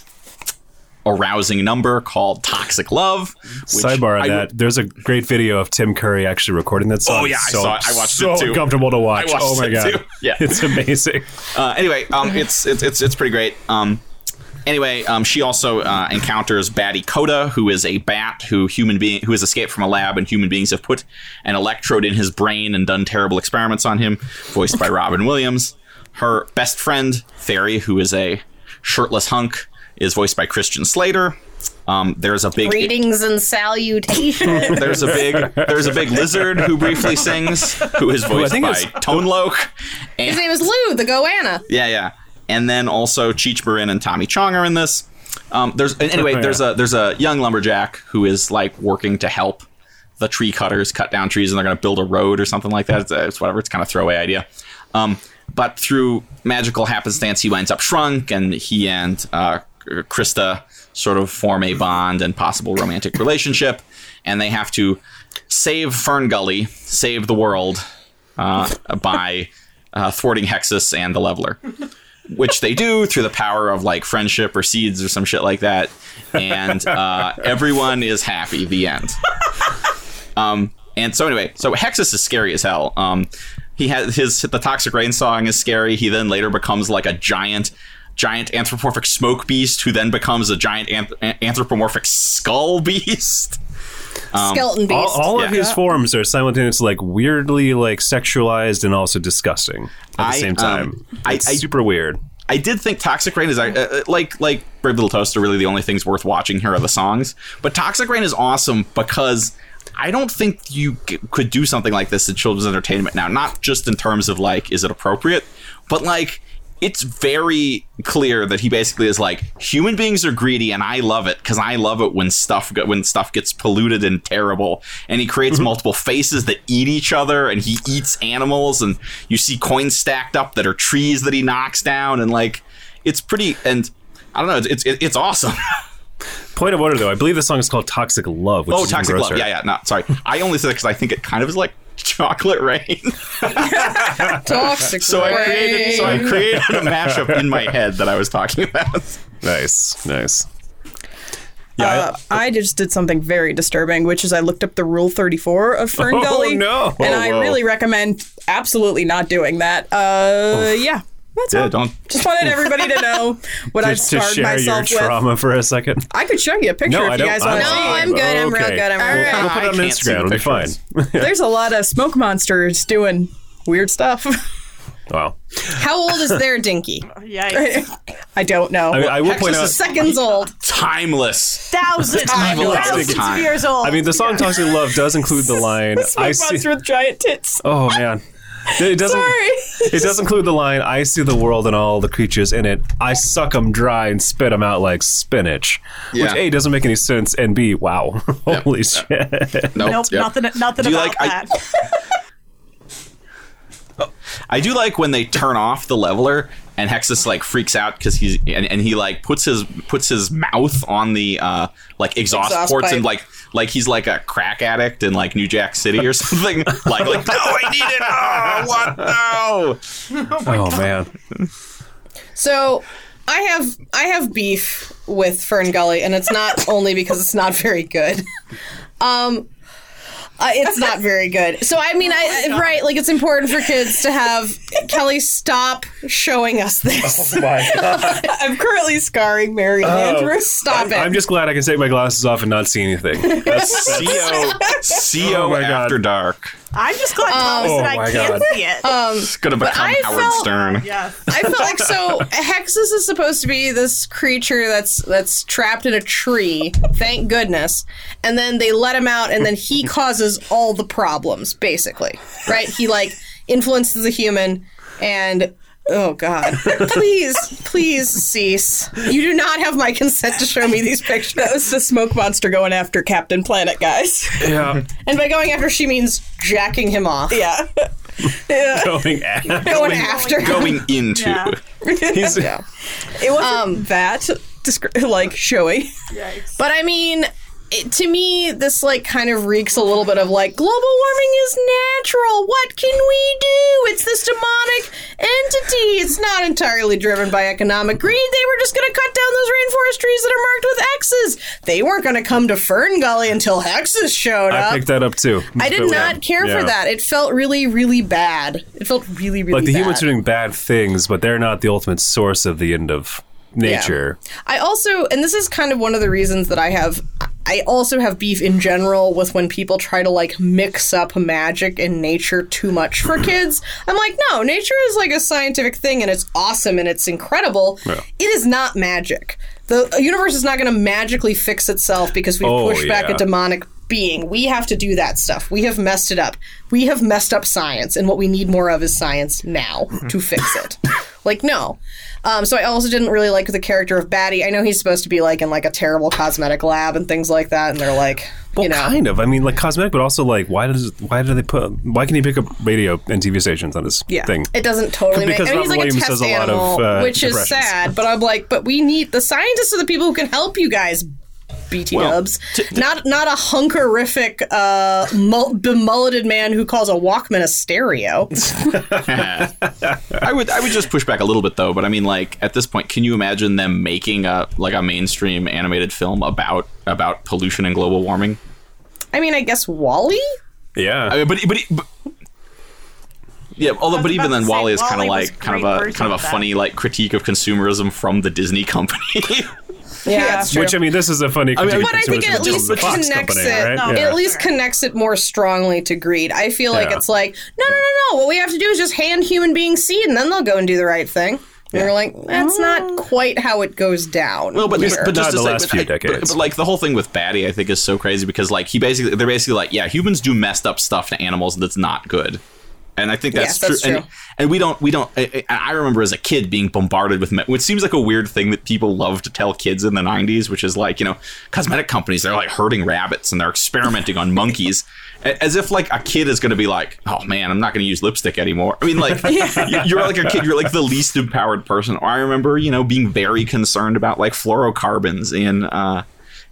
arousing number called Toxic Love. Which Sidebar on I that. There's a great video of Tim Curry actually recording that song. Oh, yeah, I so, saw it. I watched so it, too. uncomfortable to watch. I watched oh my it, god. too. Yeah. It's amazing. uh, anyway, um, it's, it's it's it's pretty great. Um, anyway, um, she also uh, encounters Batty Coda, who is a bat who human being who has escaped from a lab, and human beings have put an electrode in his brain and done terrible experiments on him. Voiced by Robin Williams. Her best friend Fairy, who is a shirtless hunk, is voiced by Christian Slater. Um, there's a big Greetings and salutations. there's a big there's a big lizard who briefly sings, who is voiced think by is- Tone Loc. His name is Lou, the Goanna. Yeah, yeah. And then also Cheech Marin and Tommy Chong are in this. Um, there's and anyway, Yeah. there's a there's a young lumberjack who is like working to help the uh, tree cutters cut down trees, and they're going to build a road or something like that. It's, it's whatever. It's kind of throwaway idea. Um, but through magical happenstance, he winds up shrunk, and he and uh, Krista sort of form a bond and possible romantic relationship, and they have to save Fern Gully, save the world uh, by uh, thwarting Hexus and the Leveler, which they do through the power of like friendship or seeds or some shit like that, and uh, everyone is happy. The end. Um, and so anyway, so Hexus is scary as hell. Um, he has his the toxic rain song is scary. He then later becomes like a giant, giant anthropomorphic smoke beast, who then becomes a giant anth- an- anthropomorphic skull beast. Skeleton beast. All, all of Yeah. his forms are simultaneously like weirdly like sexualized and also disgusting at the I, same time. um, I- it's I- super weird. I did think Toxic Rain is uh, uh, like like Brave Little Toaster. Really, the only things worth watching here are the songs. But Toxic Rain is awesome because I don't think you c- could do something like this in children's entertainment now. Not just in terms of like, is it appropriate, but like. It's very clear that he basically is like human beings are greedy, and I love it because I love it when stuff go- when stuff gets polluted and terrible. And he creates multiple faces that eat each other, and he eats animals, and you see coins stacked up that are trees that he knocks down, and like it's pretty. And I don't know, it's it's, it's awesome. Point of order, though, I believe the song is called "Toxic Love." Which oh, is even toxic love. grosser. Yeah, yeah. No, sorry. I only said it because I think it kind of is like chocolate rain. Toxic. so I created so I created a mashup in my head that I was talking about. Nice, nice. Yeah, I- Uh, I just did something very disturbing, which is I looked up the Rule 34 of Fern Oh, Gully. no. And Oh, I whoa. really recommend absolutely not doing that. Uh, yeah. That's Yeah, all. don't- Just wanted everybody to know what I've just to scarred share your myself with. trauma for a second. I could show you a picture No, if I you don't- guys I want to No, don't- see. I'm good. I'm real Okay. good. I'm real All good. right. We'll put it I on can't see Instagram. the It'll be fine. pictures. There's a lot of smoke monsters doing weird stuff. wow. How old is their dinky? Yikes. I don't know. I, mean, I will Hexus point out. is Seconds old. Timeless. Thousands, Evil thousands of time. years old. I mean, the song "Toxic Love" does include the line. smoke I see. monster with giant tits. Oh man, it doesn't. Sorry. It does include the line, I see the world and all the creatures in it. I suck 'em dry and spit 'em out like spinach. Which, Yeah. A, doesn't make any sense, and B, wow. Holy shit. Nope. nope, Yep. nothing, nothing Do about you like- I- that. I do like when they turn off the leveler and Hexus like freaks out because he's and, and he like puts his puts his mouth on the uh like exhaust, Exhaust ports pipe. and like like he's like a crack addict in like New Jack City or something like like no I need it oh what no Oh, man. So I have I have beef with Fern Gully, and it's not only because it's not very good. Um, uh, it's not very good. So I mean, Oh I I- right like it's important for kids to have Kelly stop showing us this. I'm currently scarring Mary and Andrew. Stop it. Oh. I'm just glad I can take my glasses off and not see anything. That's, CO CO Oh my God. after dark I'm just glad Thomas Oh and I my can't God. see it. it's gonna become I Howard felt- Stern yeah. I felt like so Hexus is supposed to be this creature that's that's trapped in a tree, thank goodness. And then they let him out and then he causes all the problems basically. Right? He like influences a human and oh god. Please, please cease. You do not have my consent to show me these That pictures. was the smoke monster going after Captain Planet, guys. yeah. And by going after she means jacking him off. yeah. Going at. Going after him. going into Yeah. He's, It wasn't Um, that descri- like showy. But I mean, it, to me, this like kind of reeks a little bit of like global warming is natural. What can we do? It's this demonic entity. It's not entirely driven by economic greed. They were just going to cut down those rainforest trees that are marked with X's. They weren't going to come to Fern Gully until Hexes showed I up. picked that up too. I did not care for that. It felt really, really bad. It felt really, really Like the bad. humans are doing bad things, but they're not the ultimate source of the end of nature. I also, and this is kind of one of the reasons that I have, I also have beef in general with when people try to like mix up magic and nature too much for kids. I'm like, no, nature is like a scientific thing and it's awesome and it's incredible. It is not magic. The universe is not going to magically fix itself because we Oh, push back yeah. a demonic being. We have to do that stuff. We have Mm-hmm. messed it up. We have messed up science, and what we need more of is science now to fix it. Like, no. Um, so I also didn't really like the character of Batty. I know he's supposed to be like in like a terrible cosmetic lab and things like that, and they're like, Well, you know, kind of. I mean, like cosmetic, but also like why does why do they put why can he pick up radio and TV stations on this Yeah. thing? it doesn't totally make. Because I mean, he's Robin like Williams a does test a lot of, animal, uh, which is impressions. sad. But I'm like, but we need the scientists are the people who can help you guys. BT dubs, not not a hunkerific, uh, mul- bemulleted man who calls a Walkman a stereo. I would I would just push back a little bit though, but I mean like at this point, can you imagine them making a like a mainstream animated film about about pollution and global warming? I mean, I guess Wally. Yeah. I mean, but but. but yeah, although, was but about even to then, say, Wally is kind of Wall-E was like kind a of great a version kind of of a that. funny like critique of consumerism from the Disney company. Yeah, that's true. Which I mean, this is a funny. mean, critique but of I think it consumerism at from least the Fox connects company, it. right? No. Yeah. At least connects it more strongly to greed. I feel like Yeah. it's like, no, no, no, no. What we have to do is just hand human beings seed, and then they'll go and do the right thing. And you're like, that's not quite how it goes down. Well, but, here. but Not just the to say- last but few I- but- decades. but, like the whole thing with Batty, I think is so crazy because like he basically they're basically like yeah humans do messed up stuff to animals that's not good, and I think that's, Yes, that's And, true. and we don't we don't. I, I I remember as a kid being bombarded with me- which seems like a weird thing that people love to tell kids in the '90s, which is like you know cosmetic companies they're like herding rabbits and they're experimenting on monkeys. A- As if like a kid is going to be like, oh man, I'm not going to use lipstick anymore. I mean, like you- you're like a kid, you're like the least empowered person. Or I remember, you know, being very concerned about like fluorocarbons in uh,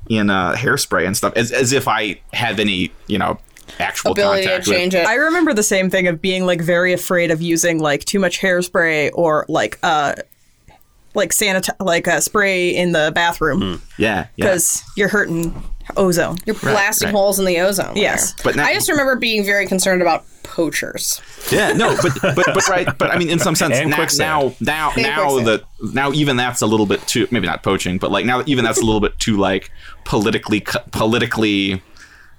in uh, hairspray and stuff, as, as if I had any, you know, actual ability to contact with- change it. I remember the same thing of being like very afraid of using like too much hairspray or like uh like sanit like a spray in the bathroom Yeah, yeah. because you're hurting ozone. You're blasting right. holes in the ozone. layer. Yes. But now- I just remember being very concerned about poachers. yeah, no, but, but but right, but I mean, in some sense, And now now quicksand. now, And now quicksand. that now even that's a little bit too maybe not poaching, but like now even that's a little bit too like politically co- politically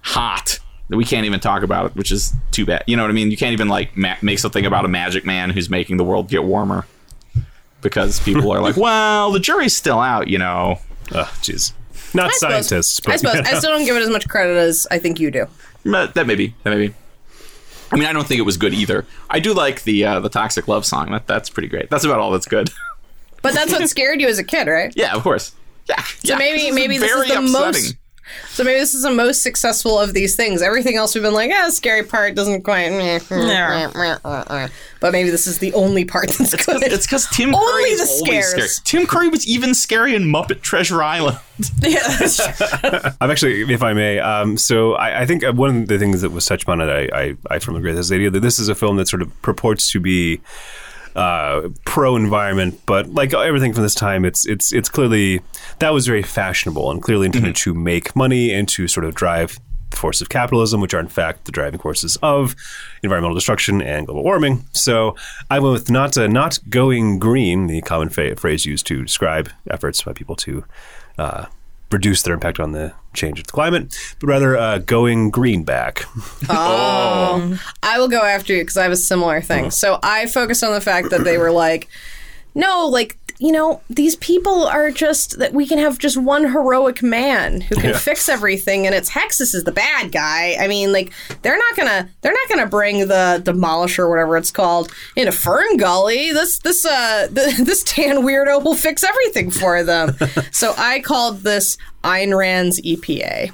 hot that we can't even talk about it, which is too bad. You know what I mean? You can't even like ma- make something about a magic man who's making the world get warmer because people are like, well, the jury's still out, you know. Oh, jeez. Not I suppose- scientists, I but suppose. I still don't give it as much credit as I think you do. But that may be. That may be. I mean, I don't think it was good either. I do like the uh, the toxic love song. That that's pretty great. That's about all that's good. But that's what scared you as a kid, right? yeah, of course. Yeah. So maybe- maybe this is the most- So maybe this is the most successful of these things. Everything else we've been like, ah, scary part doesn't quite. meh, meh, meh, meh, meh." But maybe this is the only part that's good. It's because Tim Only Curry is the always scary. scares. Tim Curry was even scary in Muppet Treasure Island. I've actually, if I may, um, so I, I think uh, one of the things that was touched upon that I, I, I firmly agree with this idea that this is a film that sort of purports to be uh, pro environment, but like everything from this time, it's it's it's clearly that was very fashionable and clearly intended to make money and to sort of drive the force of capitalism, which are in fact the driving forces of environmental destruction and global warming. So I went with not uh, not going green, the common fa- phrase used to describe efforts by people to. Uh, reduce their impact on the change of the climate, but rather uh, going green back. Mm-hmm. I will go after you because I have a similar thing. So I focused on the fact that they were like, no, like, you know, these people are just that we can have just one heroic man who can fix everything and it's Hexus is the bad guy. I mean, like they're not going to they're not going to bring the demolisher whatever it's called into Fern Gully. This this uh th- this tan weirdo will fix everything for them. so I called this Ayn Rand's E EPA.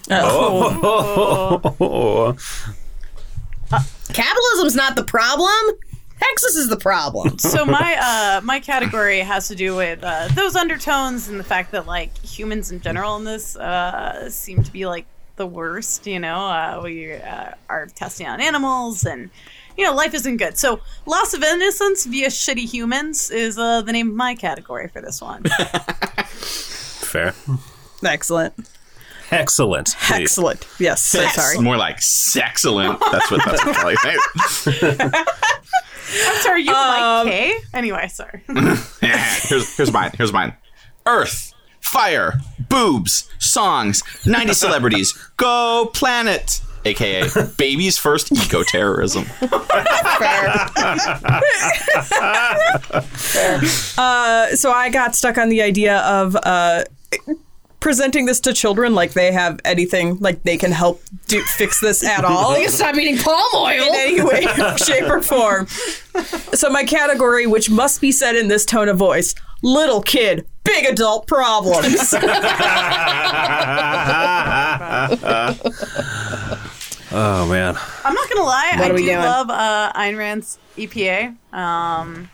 Oh, Capitalism's not the problem. Hexus is the problem. so my uh, my category has to do with uh, those undertones and the fact that like humans in general in this uh, seem to be like the worst. You know, uh, we uh, are testing on animals and. You know, life isn't good. So, loss of innocence via shitty humans is uh, the name of my category for this one. fair. Excellent. Excellent. Please. Excellent. Yes. so It's Sorry. more like sexcellent. That's what that's what like. I'm sorry, you Um, like Kay? Anyway, sorry. here's here's mine. Here's mine. Earth, fire, boobs, songs, 90 celebrities, go planet, aka baby's first eco terrorism. Uh, so I got stuck on the idea of uh, presenting this to children like they have anything like they can help do, fix this at all. You stop eating palm in oil. any way, shape, or form. So my category, which must be said in this tone of voice, little kid, big adult problems. Oh man, I'm not gonna lie, What I are we do doing? love uh, Ayn Rand's EPA. Um,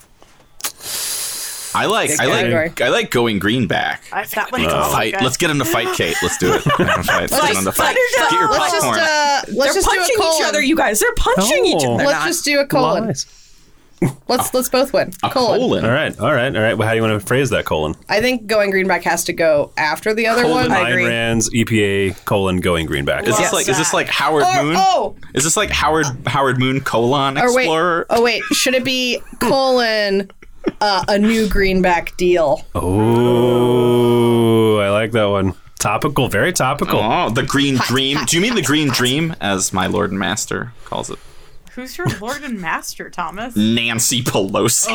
I like I like category. Oh, I like going green back. I, that one's Let's awesome, fight. guys. Let's get into fight, Kate. Let's do it. Let's get into fight. Let's get into fight. Fight. Get your Let's just popcorn. uh, let's They're just do punching a each colon. other, you guys. They're punching each No. Oh. other. Let's just do a colon. lies. Let's let's both win. A colon. colon. All right, all right, all right. Well, how do you want to phrase that colon? I think going greenback has to go after the other Colon one. Ayn I agree. Rand's EPA E colon going greenback. Is Yes. this like is this like Howard Or- Moon? oh. Is this like Howard Howard Moon colon or wait, explorer? oh wait, should it be colon uh, a new greenback deal? Oh, I like that one. Topical, very topical. Oh, the green dream. Do you mean the green dream, as my lord and master calls it? Who's your lord and master, Thomas? Nancy Oh. Pelosi.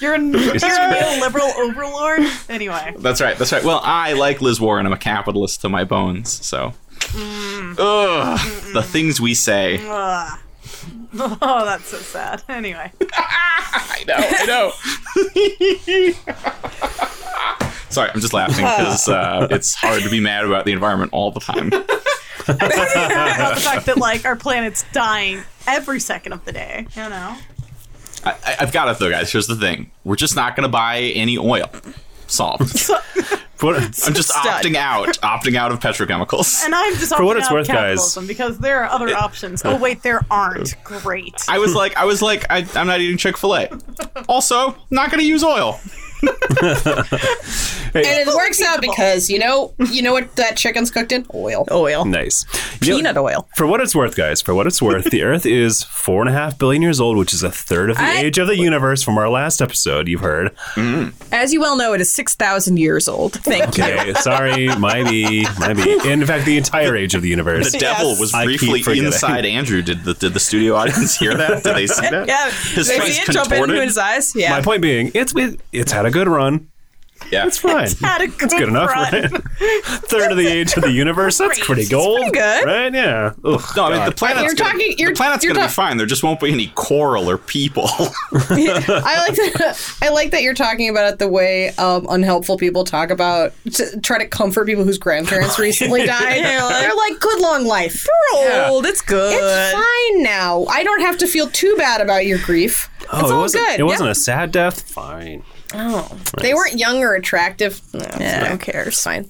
You're a, you're a neoliberal overlord. Anyway, that's right. That's right. Well, I like Liz Warren. I'm a capitalist to my bones. So, Mm. ugh, the things we say. Ugh. oh, that's so sad. Anyway, I know. I know. Sorry, I'm just laughing because uh, it's hard to be mad about the environment all the time. about the fact that like our planet's dying every second of the day. You know, I, I- I've got it though, guys. Here's the thing: we're just not going to buy any oil. Solved. What- I'm just Stud. opting out, opting out of petrochemicals. and I'm just For what opting it's out worth, guys. capitalism because there are other options. Oh wait, there aren't. Great. I was like, I was like, I, I'm not eating Chick Fil A. Also, not going to use oil. And it works out because you know you know what that chicken's cooked in oil. Oil. nice. You know- Peanut oil. For what it's worth, guys, for what it's worth, the Earth is four and a half billion years old, which is a third of the I- age of the universe from our last episode, you've heard. As you well know, it is 6,000 years old. Thank you. Okay, sorry, might be, might be. And in fact, the entire age of the universe. The devil was I keep briefly forgetting. inside Andrew. Did the did the studio audience hear that? Did they see that? Yeah. His they face see it jump into contorted. his eyes. Yeah. My point being, it's it, it's had a good run. Yeah. It's fine. It's had a good, good enough, run. right? Third of the age of the universe. That's pretty gold, good. right? Yeah. Ugh, No, I mean the God. planet's You're gonna, talking- you're- the planet's you're gonna talk- be fine. There just won't be any coral or people. I like that. I like that you're talking about it the way um, unhelpful people talk about to try to comfort people whose grandparents recently died. They're like, good long life. We're old. It's good. It's fine now. I don't have to feel too bad about your grief. it's Oh, it all wasn't, good. It wasn't a sad death. Fine. They weren't young or attractive. No, Yeah, who who cares? Fine.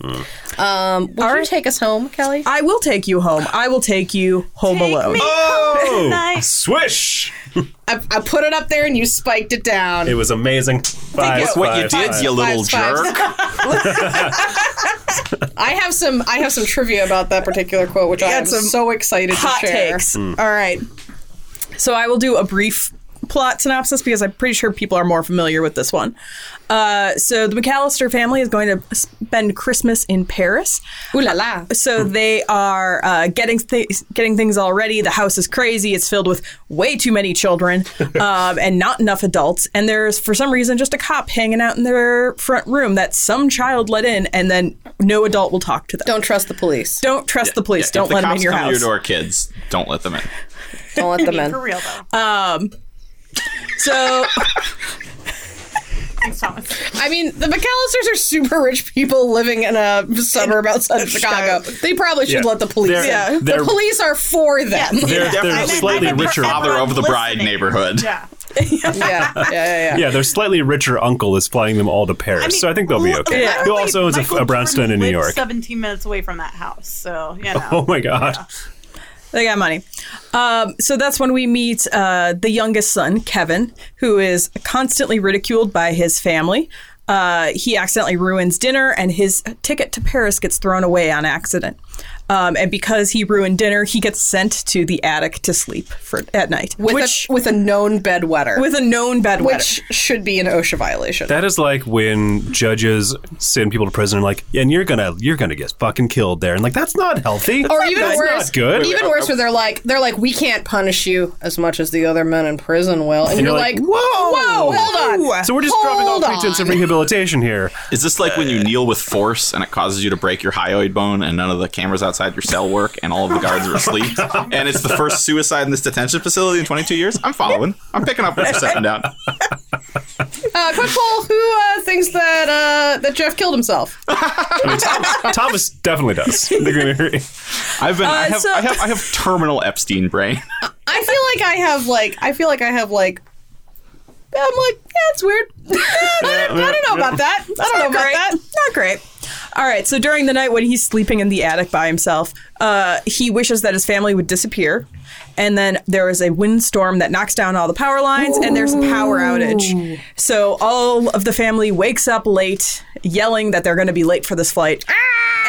Um, will you take us home, Kelly? I will take you home. I will take you home Take alone. me Oh, home tonight. swish! I, I put it up there and you spiked it down. It was amazing. Five, That's what you five, did, five. you little Fives, fives. jerk. I have some. I have some trivia about that particular quote, which I am Got some so excited hot to share. takes. All right. So I will do a brief plot synopsis because I'm pretty sure people are more familiar with this one. Uh, so the McAllister family is going to spend Christmas in Paris. Ooh la la! So Hmm. they are uh, getting th- getting things all ready. The house is crazy. It's filled with way too many children um, and not enough adults. And there's for some reason just a cop hanging out in their front room that some child let in, and then no adult will talk to them. Don't trust the police. Don't, Don't trust the police. If Don't the let them cops in your come house. To your door, kids. Don't let them in. let them For in. real though. So Thanks, Thomas. I mean, the McAllisters are super rich people living in a suburb outside of Chicago. They probably should Yeah. let the police They're- in. Yeah. The they're- police are for them. Yeah, They're, they're Definitely. slightly I'm a richer. father of the bride Listening. neighborhood. Yeah. yeah, yeah. yeah. Yeah, their slightly richer uncle is flying them all to Paris, so I think they'll be li- okay. literally, Who also owns a, Michael a brownstone Jordan in New lived York. 17 minutes away from that house. So, you know. Oh my god! They got money. Um, so that's when we meet uh, the youngest son, Kevin, who is constantly ridiculed by his family. Uh, he accidentally ruins dinner, and his ticket to Paris gets thrown away on accident. Um, and because he ruined dinner, he gets sent to the attic to sleep for at night, with which a, with a known bedwetter, with a known bedwetter. which should be an OSHA violation. That is like when judges send people to prison and like, yeah, and you're gonna you're gonna get fucking killed there, and like that's not healthy. or even that's worse, not good. even worse, where they're like, they're like, we can't punish you as much as the other men in prison will, and, you're, you're like, like, whoa, whoa, hold on. so we're just dropping all Hold pretense on. of rehabilitation here. Is this like when Uh, you kneel with force and it causes you to break your hyoid bone and none of the cameras outside your cell work and all of the Oh guards are asleep and it's the first suicide in this detention facility in 22 years? I'm following. I'm picking up what you're setting down. Uh, quick poll: Who uh, thinks that uh, that Jeff killed himself? Thomas definitely does. They're gonna agree. I've been. I, Uh, have, so- I have. I have terminal Epstein brain. I feel like I have like I feel like I have like. I'm like, yeah, it's weird. I, don't, I don't know about that. I don't know about great. that. Not great. All right. So during the night when he's sleeping in the attic by himself, uh, he wishes that his family would disappear. And then there is a windstorm that knocks down all the power lines, and there's a power outage. So all of the family wakes up late, yelling that they're going to be late for this flight.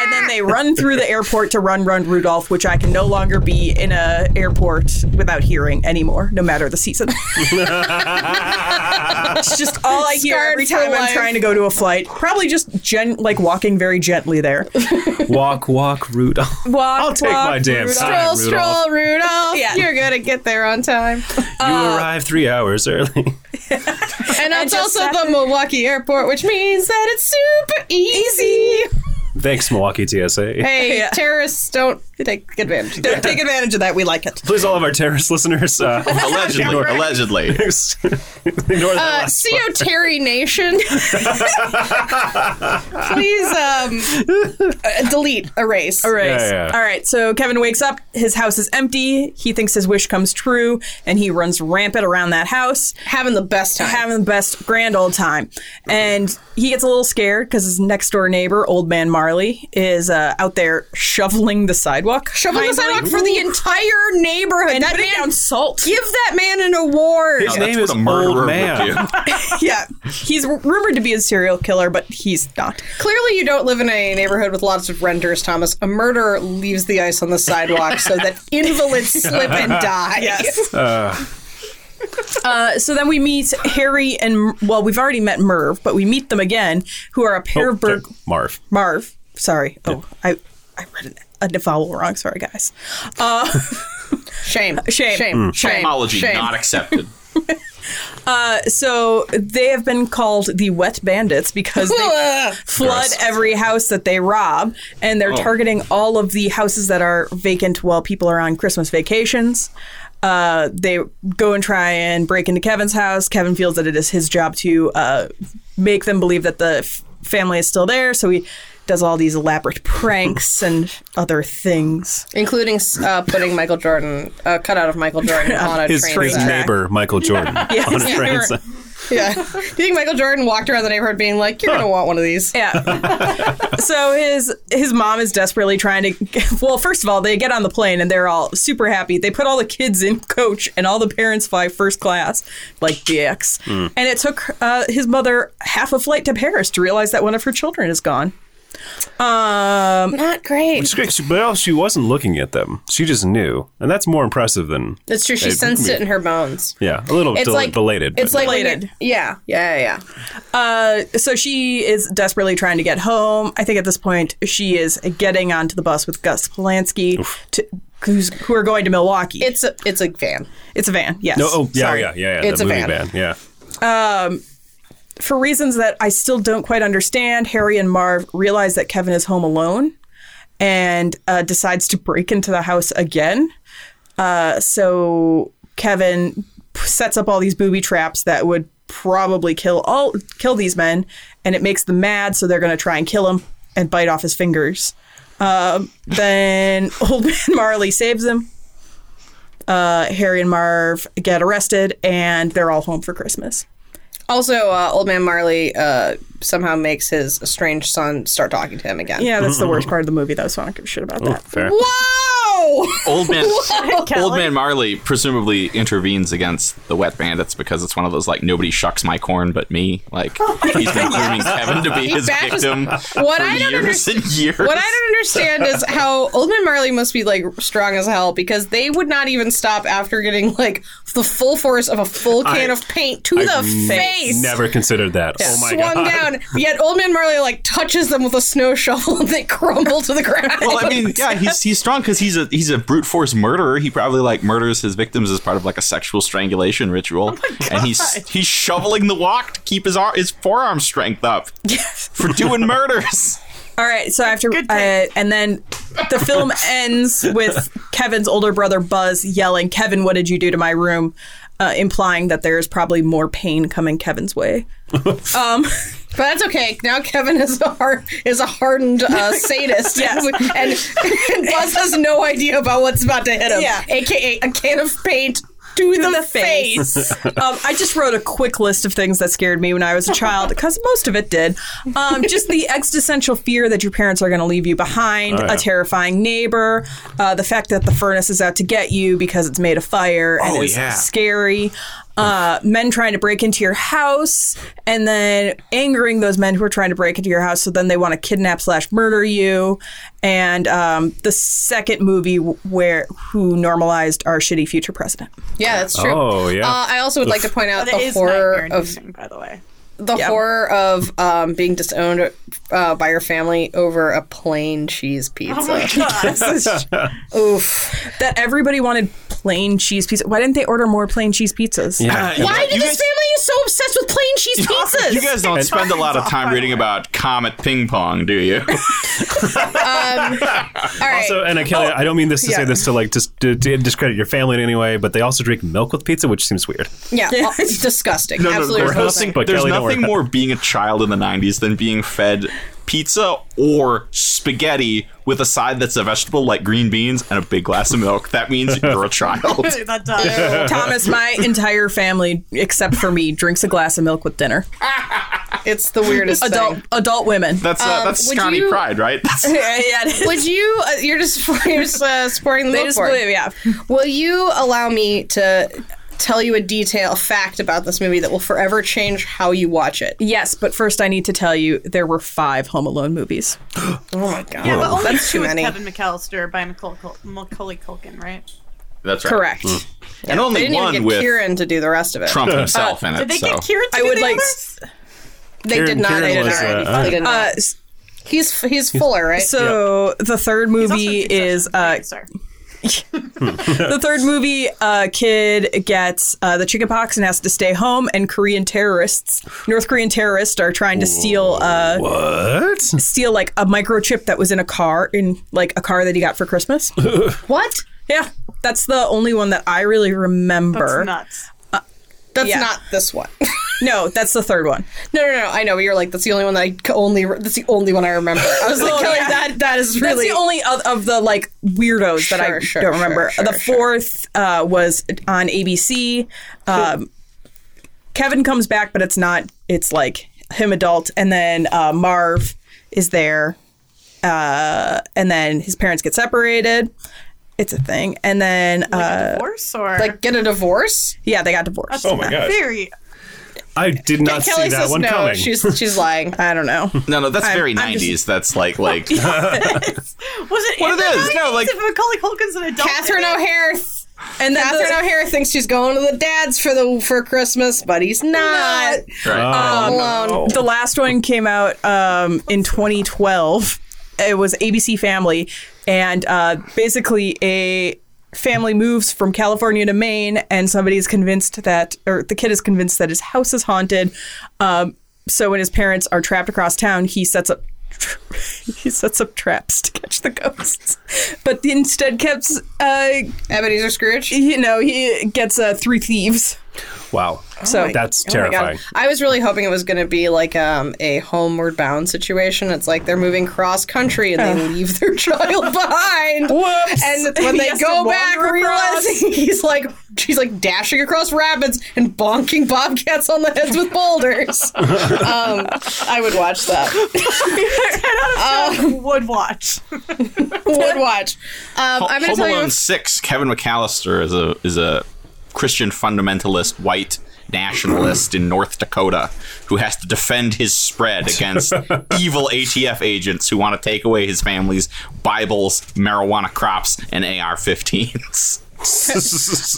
And then they run through the airport to run, run Rudolph, which I can no longer be in a airport without hearing anymore, no matter the season. It's just all I hear Scarred every for time life. I'm trying to go to a flight. Probably just gen- like walking very gently there. Walk, walk, Rudolph. Walk, I'll take walk, my damn Rudolph. time, Stroll, Rudolph. stroll, Rudolph. Yeah. You're gonna get there on time. Uh, you arrive three hours early. And that's just also sat the Milwaukee airport, which means that it's super easy. Thanks, Milwaukee TSA. Hey, Yeah. terrorists don't take advantage. of Don't that. take advantage of that. We like it. Please, all of our terrorist listeners, uh, allegedly. Allegedly. ignore that Uh, last CO Terry Nation, please um, uh, delete, erase. All right. Yeah, yeah. All right. So Kevin wakes up. His house is empty. He thinks his wish comes true, and he runs rampant around that house, Having the best time. having the best grand old time. And he gets a little scared because his next door neighbor, Old Man Marley, is uh, out there shoveling the sidewalk. Shoveling the sidewalk kindly. for the entire neighborhood. and that putting man, down salt. give that man an award. His That's name what is a murderer Old would Man. do. yeah, he's r- rumored to be a serial killer, but he's not. Clearly, you don't live in a neighborhood with lots of renters, Thomas. A murderer leaves the ice on the sidewalk so that invalids slip and die. Uh, so then we meet Harry and well, we've already met Merv, but we meet them again, who are a pair of burg- Oh, Okay, Marv. Marv. Sorry. Oh, I I read an, a vowel wrong. Sorry, guys. Shame. Shame. Shame. Hmm. Shame. Etymology Shame. not accepted. Uh, So they have been called the Wet Bandits because they Ugh. flood Gross. every house that they rob, and they're targeting all of the houses that are vacant while people are on Christmas vacations. Uh, they go and try and break into Kevin's house. Kevin feels that it is his job to uh, make them believe that the f- family is still there, so he does all these elaborate pranks and other things. Including uh, putting Michael Jordan, uh, cut out of Michael Jordan on a His, train his set. neighbor, Michael Jordan, on a train set. Yeah. Do you think Michael Jordan walked around the neighborhood being like, you're going to want one of these? Yeah. so his his mom is desperately trying to. Well, first of all, they get on the plane and they're all super happy. They put all the kids in coach and all the parents fly first class, like DX. Hmm. And it took uh, his mother half a flight to Paris to realize that one of her children is gone. Um, Not great. She- she- But else she wasn't looking at them. She just knew, and that's more impressive than It's true. She Hey, sensed we- it in her bones. yeah, a little It's del- like belated. It's but- like when Belated. you- yeah, yeah, yeah. uh, so she is desperately trying to get home. I think at this point she is getting onto the bus with Gus Polanski, to, who's, who are going to Milwaukee. It's a it's a van. it's a van, yes. no, oh yeah, sorry. yeah, yeah, yeah. It's a the movie van. van. Yeah, for reasons that I still don't quite understand, Harry and Marv realize that Kevin is home alone and uh, decides to break into the house again. Uh, so Kevin p- sets up all these booby traps that would probably kill all kill these men, and it makes them mad. So they're going to try and kill him and bite off his fingers. Um then old man Marley saves him. Uh, Harry and Marv get arrested, and they're all home for Christmas. Also, uh, old man Marley uh, somehow makes his estranged son start talking to him again. Yeah, that's the worst part of the movie, though, so I don't give a shit about that. fair. Whoa! Whoa! Old man, old Kelly? man Marley presumably intervenes against the wet bandits because it's one of those like nobody shucks my corn but me. Like he's been grooming Kevin to be Oh He his bashes- victim What for I don't years underst- and years. What I don't understand is how Old Man Marley must be like strong as hell because they would not even stop after getting like the full force of a full can I- of paint to I've the face. Never considered that. Oh my swung god. down. Yet Old Man Marley like touches them with a snow shovel and they crumble to the ground. well, I mean, yeah, he's he's strong because he's a he's a brute force murderer. He probably like murders his victims as part of like a sexual strangulation ritual, Oh and he's he's shoveling the walk to keep his ar- his forearm strength up for doing murders. All right, so after Good uh, take. and then the film ends with Kevin's older brother Buzz yelling, "Kevin, what did you do to my room?" Uh, implying that there is probably more pain coming Kevin's way. um, but that's okay. Now Kevin is a hard, is a hardened uh, sadist, Yes. and, and, and Buzz has no idea about what's about to hit him. Yeah. aka a can of paint to, the, the face. face. um, I just wrote a quick list of things that scared me when I was a child, because most of it did. Um, just the existential fear that your parents are going to leave you behind, Oh, yeah. a terrifying neighbor, uh, the fact that the furnace is out to get you because it's made of fire and Oh, it's yeah. scary. Uh, men trying to break into your house and then angering those men who are trying to break into your house so then they want to kidnap slash murder you and um, the second movie w- where who normalized our shitty future president Yeah, that's true. Oh, yeah. Uh, I also would like to point out That the is horror of nightmare-inducing, by the way. the Yeah. horror of um, being disowned uh, by your family over a plain cheese pizza. Oh my god. Oof. that everybody wanted plain cheese pizza. Why didn't they order more plain cheese pizzas? Yeah. Uh, You Why guys- did this family is so obsessed with plain cheese pizzas? You guys don't spend a lot of time reading about Comet Ping Pong, do you? All right. Also, and I, Kelly, Oh, I don't mean this to say this to like just to, to discredit your family in any way, but they also drink milk with pizza, which seems weird. yeah, uh, it's disgusting. Absolutely there's disgusting. nothing, But there's Kelly, don't worry nothing about more being a child in the 90s than being fed pizza or spaghetti with a side that's a vegetable like green beans and a big glass of milk. That means you're a child. that does. Uh, Thomas, my entire family, except for me, drinks a glass of milk with dinner. It's the weirdest Adult, thing. adult women. That's uh, that's would Scotty you- pride, right? That's, yeah, yeah, it is. Would you? Uh, you're just you're just uh, supporting the they look just for it. believe, yeah. Will you allow me to tell you a detail, a fact about this movie that will forever change how you watch it? Yes, but first I need to tell you there were five Home Alone movies. Oh my god, Yeah, but only that's two too with many. Kevin McAllister by Nicole Cul- Macaulay Culkin, right? that's right. Correct. They And only didn't even one get with Kieran to do the rest of it. Trump himself in it. Did they so. get cured? To I do would the like- others? They Kieran- did not. Kieran they did was, not. uh, They did not. Uh, s- he's he's Fuller, right? so the third He's also in movie Succession, is right? uh, Sorry. the third movie. Uh, kid gets uh, the chickenpox and has to stay home. And Korean terrorists, North Korean terrorists, are trying to steal uh, What? Oh steal like a microchip that was in a car in like a car that he got for Christmas. what? yeah, that's the only one that I really remember. That's nuts. That's Yeah. not this one. no, that's the third one. no, no, no. I know. but You're like that's the only one that I c- only. re- That's the only one I remember. I was like, Oh, Kelly, yeah. that that is really. That's the only of, of the like weirdos that I Sure, sure, don't remember. sure, sure, the sure. fourth uh, was on ABC. Um, Kevin comes back, but it's not. It's like him adult, and then uh, Marv is there, uh, and then his parents get separated. It's a thing, and then Like uh, a divorce or like get a divorce. yeah, they got divorced. Oh my god! very I did not see Kelly that says one no. coming. She's she's lying. I don't know. No, no, that's very I'm 90s. just- That's like like was What it it in the is, no, 90s like- if Macaulay Culkin's an adult Catherine O'Hare. And then Catherine the- O'Hare thinks she's going to the dad's for the for Christmas, but he's not. right. Uh, alone. The last one came out um, in 2012. It was ABC Family, and uh, basically a family moves from California to Maine, and somebody is convinced that, or the kid is convinced that his house is haunted. Um, so when his parents are trapped across town, he sets up. He sets up traps to catch the ghosts, but instead kept, uh, Ebenezer Scrooge. you know, he gets uh, three thieves. Wow. So That's Oh my God. terrifying. I was really hoping it was going to be like um, a homeward bound situation. It's like they're moving cross country and they leave their child behind. Whoops. And when He they has to go wander back, across. realizing he's like she's like dashing across rapids and bonking bobcats on the heads with boulders. um, I would watch that. O'Hare. would watch. would watch. Um, I'm going to Home tell you. Alone Six. Kevin McAllister is a is a Christian fundamentalist white nationalist in North Dakota who has to defend his spread against evil ATF agents who want to take away his family's Bibles, marijuana crops, and AR-15s.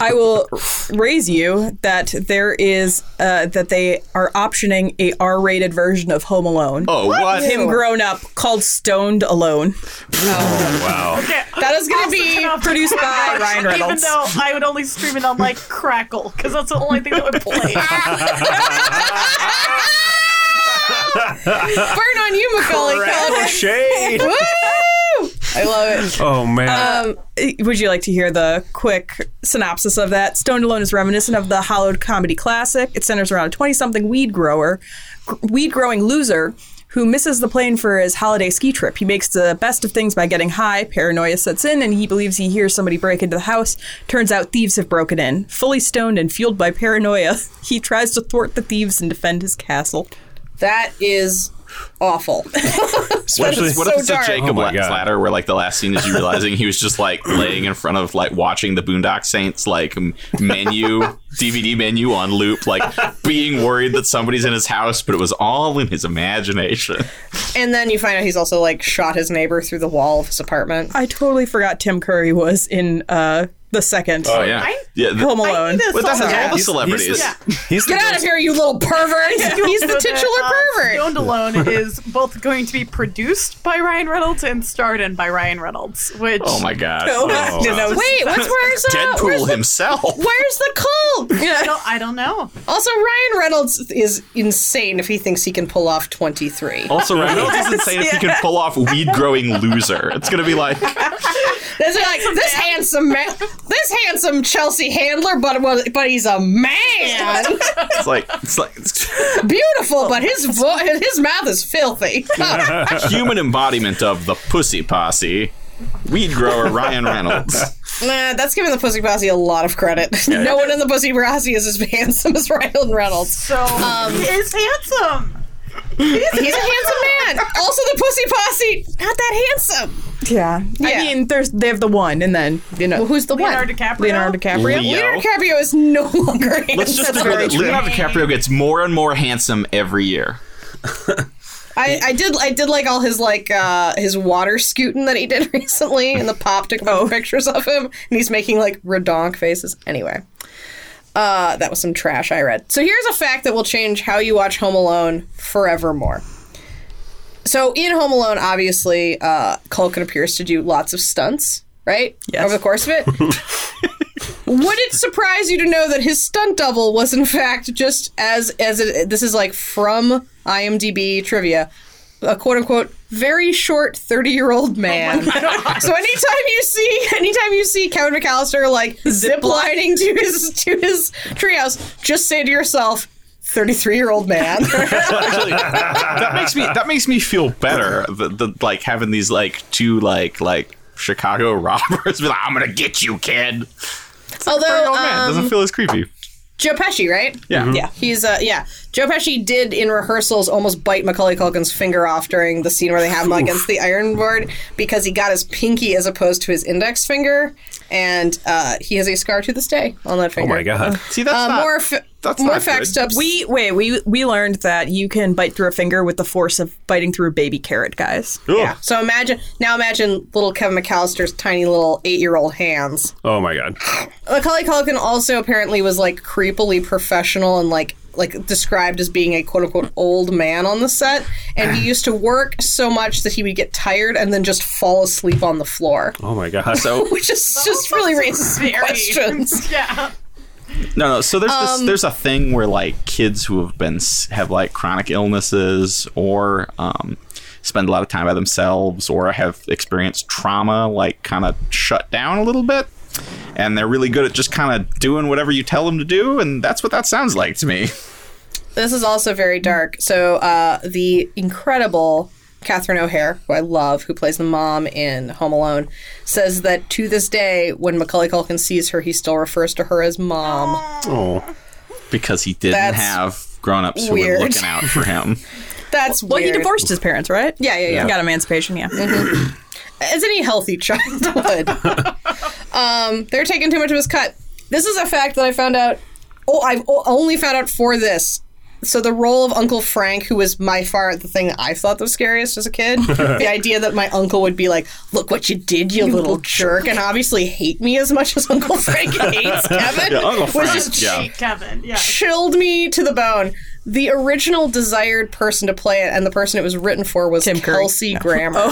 I will raise you that there is uh, that they are optioning a R-rated version of Home Alone. Oh, what? Him grown up called Stoned Alone, Wow. That is going to be. produced by Ryan Even Reynolds. though I would only stream it on like Crackle because that's the only thing that would play. Burn on you, Macaulay Culkin. Shade. Woo! I love it. Oh man. Would you like to hear the quick synopsis of that? Stoned Alone is reminiscent of the hollowed comedy classic. It centers around a 20 something weed grower, weed growing loser who misses the plane for his holiday ski trip. He makes the best of things by getting high, paranoia sets in, and he believes he hears somebody break into the house. Turns out thieves have broken in. Fully stoned and fueled by paranoia, he tries to thwart the thieves and defend his castle. That is awful. Especially what if it's a Jacob Oh my La- God. Ladder where like the last scene is you realizing he was just like laying in front of like watching the Boondock Saints like m- menu DVD menu on loop, like being worried that somebody's in his house, but it was all in his imagination. and then you find out he's also like shot his neighbor through the wall of his apartment. I totally forgot Tim Curry was in uh, the second Oh, yeah, yeah. th- Home I Alone. need this but that song. has Yeah. all the celebrities. He's the, he's the Get out of most- here, you little pervert! He's the titular Uh, pervert. Stoned Alone is both going to be produced by Ryan Reynolds and starred in by Ryan Reynolds, which oh my god, Oh, Just no. Wait, what's where's uh, where's Deadpool the, himself. where's the cult? I don't, I don't know. Also, Ryan Reynolds is insane if he thinks he can pull off twenty three. Also, Ryan Reynolds is insane if he can pull off weed growing loser. It's gonna be like This is like this handsome man, this handsome Chelsea Handler, but but he's a man, it's like it's like it's beautiful, but his vo- his mouth is filthy. Oh, human embodiment of the pussy posse. Weed grower Ryan Reynolds. nah, that's giving the Pussy Posse a lot of credit. no one in the Pussy Posse is as handsome as Ryan Reynolds. So Um, he is handsome. He's a handsome man. Also, the Pussy Posse not that handsome. Yeah. Yeah. I mean, there's they have the one, and then you know Well, who's the Leonardo one? DiCaprio. Leonardo DiCaprio. Leo. Leonardo DiCaprio is no longer handsome. Let's just That's agree very that true. Leonardo DiCaprio gets more and more handsome every year. I, I did I did like all his like uh his water scooting that he did recently and the pop took a bunch of pictures of him and he's making like redonk faces. Anyway. Uh that was some trash I read. So here's a fact that will change how you watch Home Alone forevermore. So in Home Alone, obviously, uh Culkin appears to do lots of stunts, right? Yes. Over the course of it. Would it surprise you to know that his stunt double was, in fact, just as as it, this is like from IMDb trivia, a quote unquote very short thirty year old Oh man. so anytime you see anytime you see Kevin McAllister like ziplining to his to his treehouse, just say to yourself. 33 year old man. Actually, that makes me that makes me feel better. The, the like having these like two like like Chicago robbers be like, I'm gonna get you, Um, kid. Although, Oh man, um, doesn't feel as creepy. Joe Pesci, right? Yeah. Yeah. He's uh yeah. Joe Pesci did in rehearsals almost bite Macaulay Culkin's finger off during the scene where they have him against the iron board because he got his pinky as opposed to his index finger, and uh, he has a scar to this day on that Oh finger. my god. See that's Uh, not, more fa- that's more not facts, good. Tubbs. We wait. We we learned that you can bite through a finger with the force of biting through a baby carrot, guys. Uh, yeah. So imagine now imagine little Kevin McAllister's tiny little eight year old hands. Oh my god. Macaulay Culkin also apparently was like creepily professional and like like described as being a quote unquote old man on the set, and he used to work so much that he would get tired and then just fall asleep on the floor, Oh my god. So which is just really raises some Very- questions. yeah. No, no. So there's this, Um, there's a thing where like kids who have been s- have like chronic illnesses or um, spend a lot of time by themselves or have experienced trauma, like kind of shut down a little bit, and they're really good at just kind of doing whatever you tell them to do, and that's what that sounds like to me. This is also very dark. So uh, the incredible Catherine O'Hare, who I love, who plays the mom in Home Alone, says that to this day, when Macaulay Culkin sees her, he still refers to her as mom. Oh. Because he didn't That's have grown ups who were weird. looking out for him. That's Well, he weird. divorced his parents, right? Yeah, Mm-hmm. yeah, yeah. He got emancipation, yeah. as any healthy child would. um, they're taking too much of his cut. This is a fact that I found out. Oh, I've o- only found out for this. So the role of Uncle Frank, who was by far the thing that I thought was scariest as a kid, the idea that my uncle would be like, "Look what you did, you, little, jerk," and obviously hate me as much as Uncle Frank hates Kevin, Yeah, Uncle Frank, was just yeah. Hey, Kevin. Yeah. chilled me to the bone. The original desired person to play it and the person it was written for was Tim Curry. Kelsey Grammer.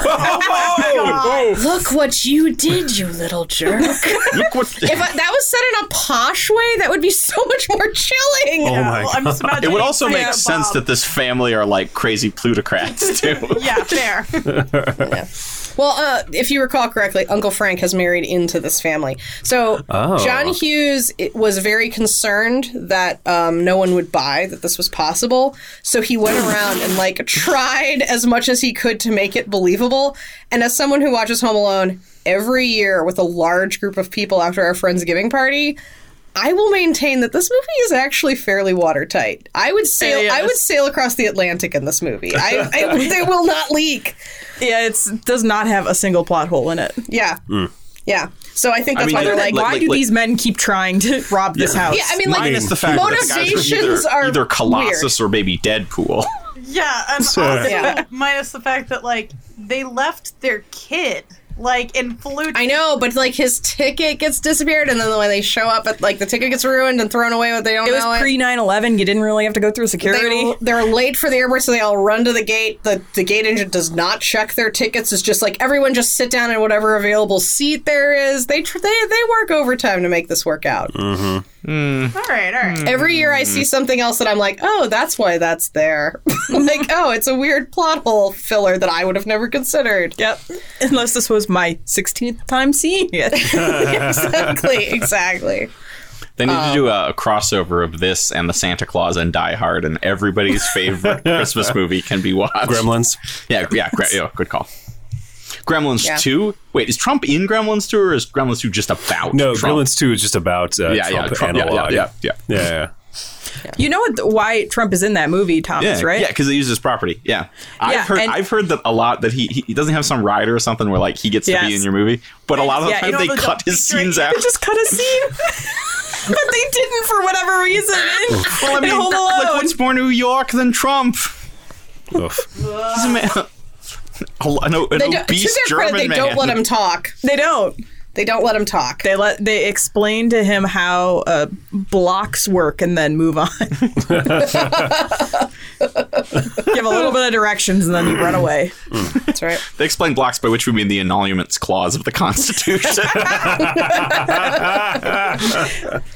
Whoa! Look what you did, you little jerk. Look what if I, that was said in a posh way, that would be so much more chilling. Oh my well, I'm just It imagining would also Freya make and sense Bob. that this family are like crazy plutocrats too. Yeah, fair. Well, uh, if you recall correctly, Uncle Frank has married into this family. So Oh. John Hughes it- was very concerned that um, no one would buy that this was possible. So he went around and like tried as much as he could to make it believable. And as someone who watches Home Alone every year with a large group of people after our Friendsgiving party. I will maintain that this movie is actually fairly watertight. I would sail. yeah, I would this- sail across the Atlantic in this movie. I, I they will not leak. Yeah, it's does not have a single plot hole in it. Yeah. Yeah. So I think that's Hmm. mean, why they're yeah, like, like- Why do like- these men keep trying to rob this house? yeah, I mean, like, Minus the fact that the guys were motivations either, are either weird. Colossus or maybe Deadpool. Yeah, and Sure. also Yeah. minus the fact that like they left their kid like and flew. I know, but like his ticket gets disappeared, and then when they show up, at like the ticket gets ruined and thrown away. What they don't it know was pre 9 11. You didn't really have to go through security. They, they're late for the airport, so they all run to the gate. The, the gate agent does not check their tickets. It's just like everyone just sit down in whatever available seat there is. They tr- they, they work overtime to make this work out. all right, all Hmm. right. Every year I see something else that I'm like, oh, that's why that's there. like, oh, it's a weird plot hole filler that I would have never considered. Yep. Unless this was my 16th time seeing it. exactly, exactly. They need to do a, a crossover of this and the Santa Claus and Die Hard, and everybody's favorite Christmas movie can be watched. Gremlins. Yeah, yeah, gre- yeah, good call. Gremlins Yeah. 2. Wait, is Trump in Gremlins 2 or is Gremlins 2 just about No, Trump? Gremlins Two is just about uh, Yeah, yeah, Trump Trump, yeah, analog. yeah, yeah, yeah. yeah. you know what, why Trump is in that movie, Thomas, Yeah, right? Yeah, because they use his property. Yeah, Yeah, I've heard. and- I've heard that a lot. That he, he he doesn't have some rider or something where like he gets to Yes. be in your movie, but a lot of the Yeah, time you they know, the cut his picture- scenes They out. just cut a scene. but they didn't for whatever reason. In, Well, I in mean, Home like Alone. what's more New York than Trump? Oof. He's a man. a- An, an They don't, to obese their Oh, German credit, they man. don't let him talk. they don't. They don't let him talk. They let they explain to him how uh, blocks work and then move on. Give a little bit of directions and then you run away. That's right. They explain blocks, by which we mean the annulments clause of the Constitution.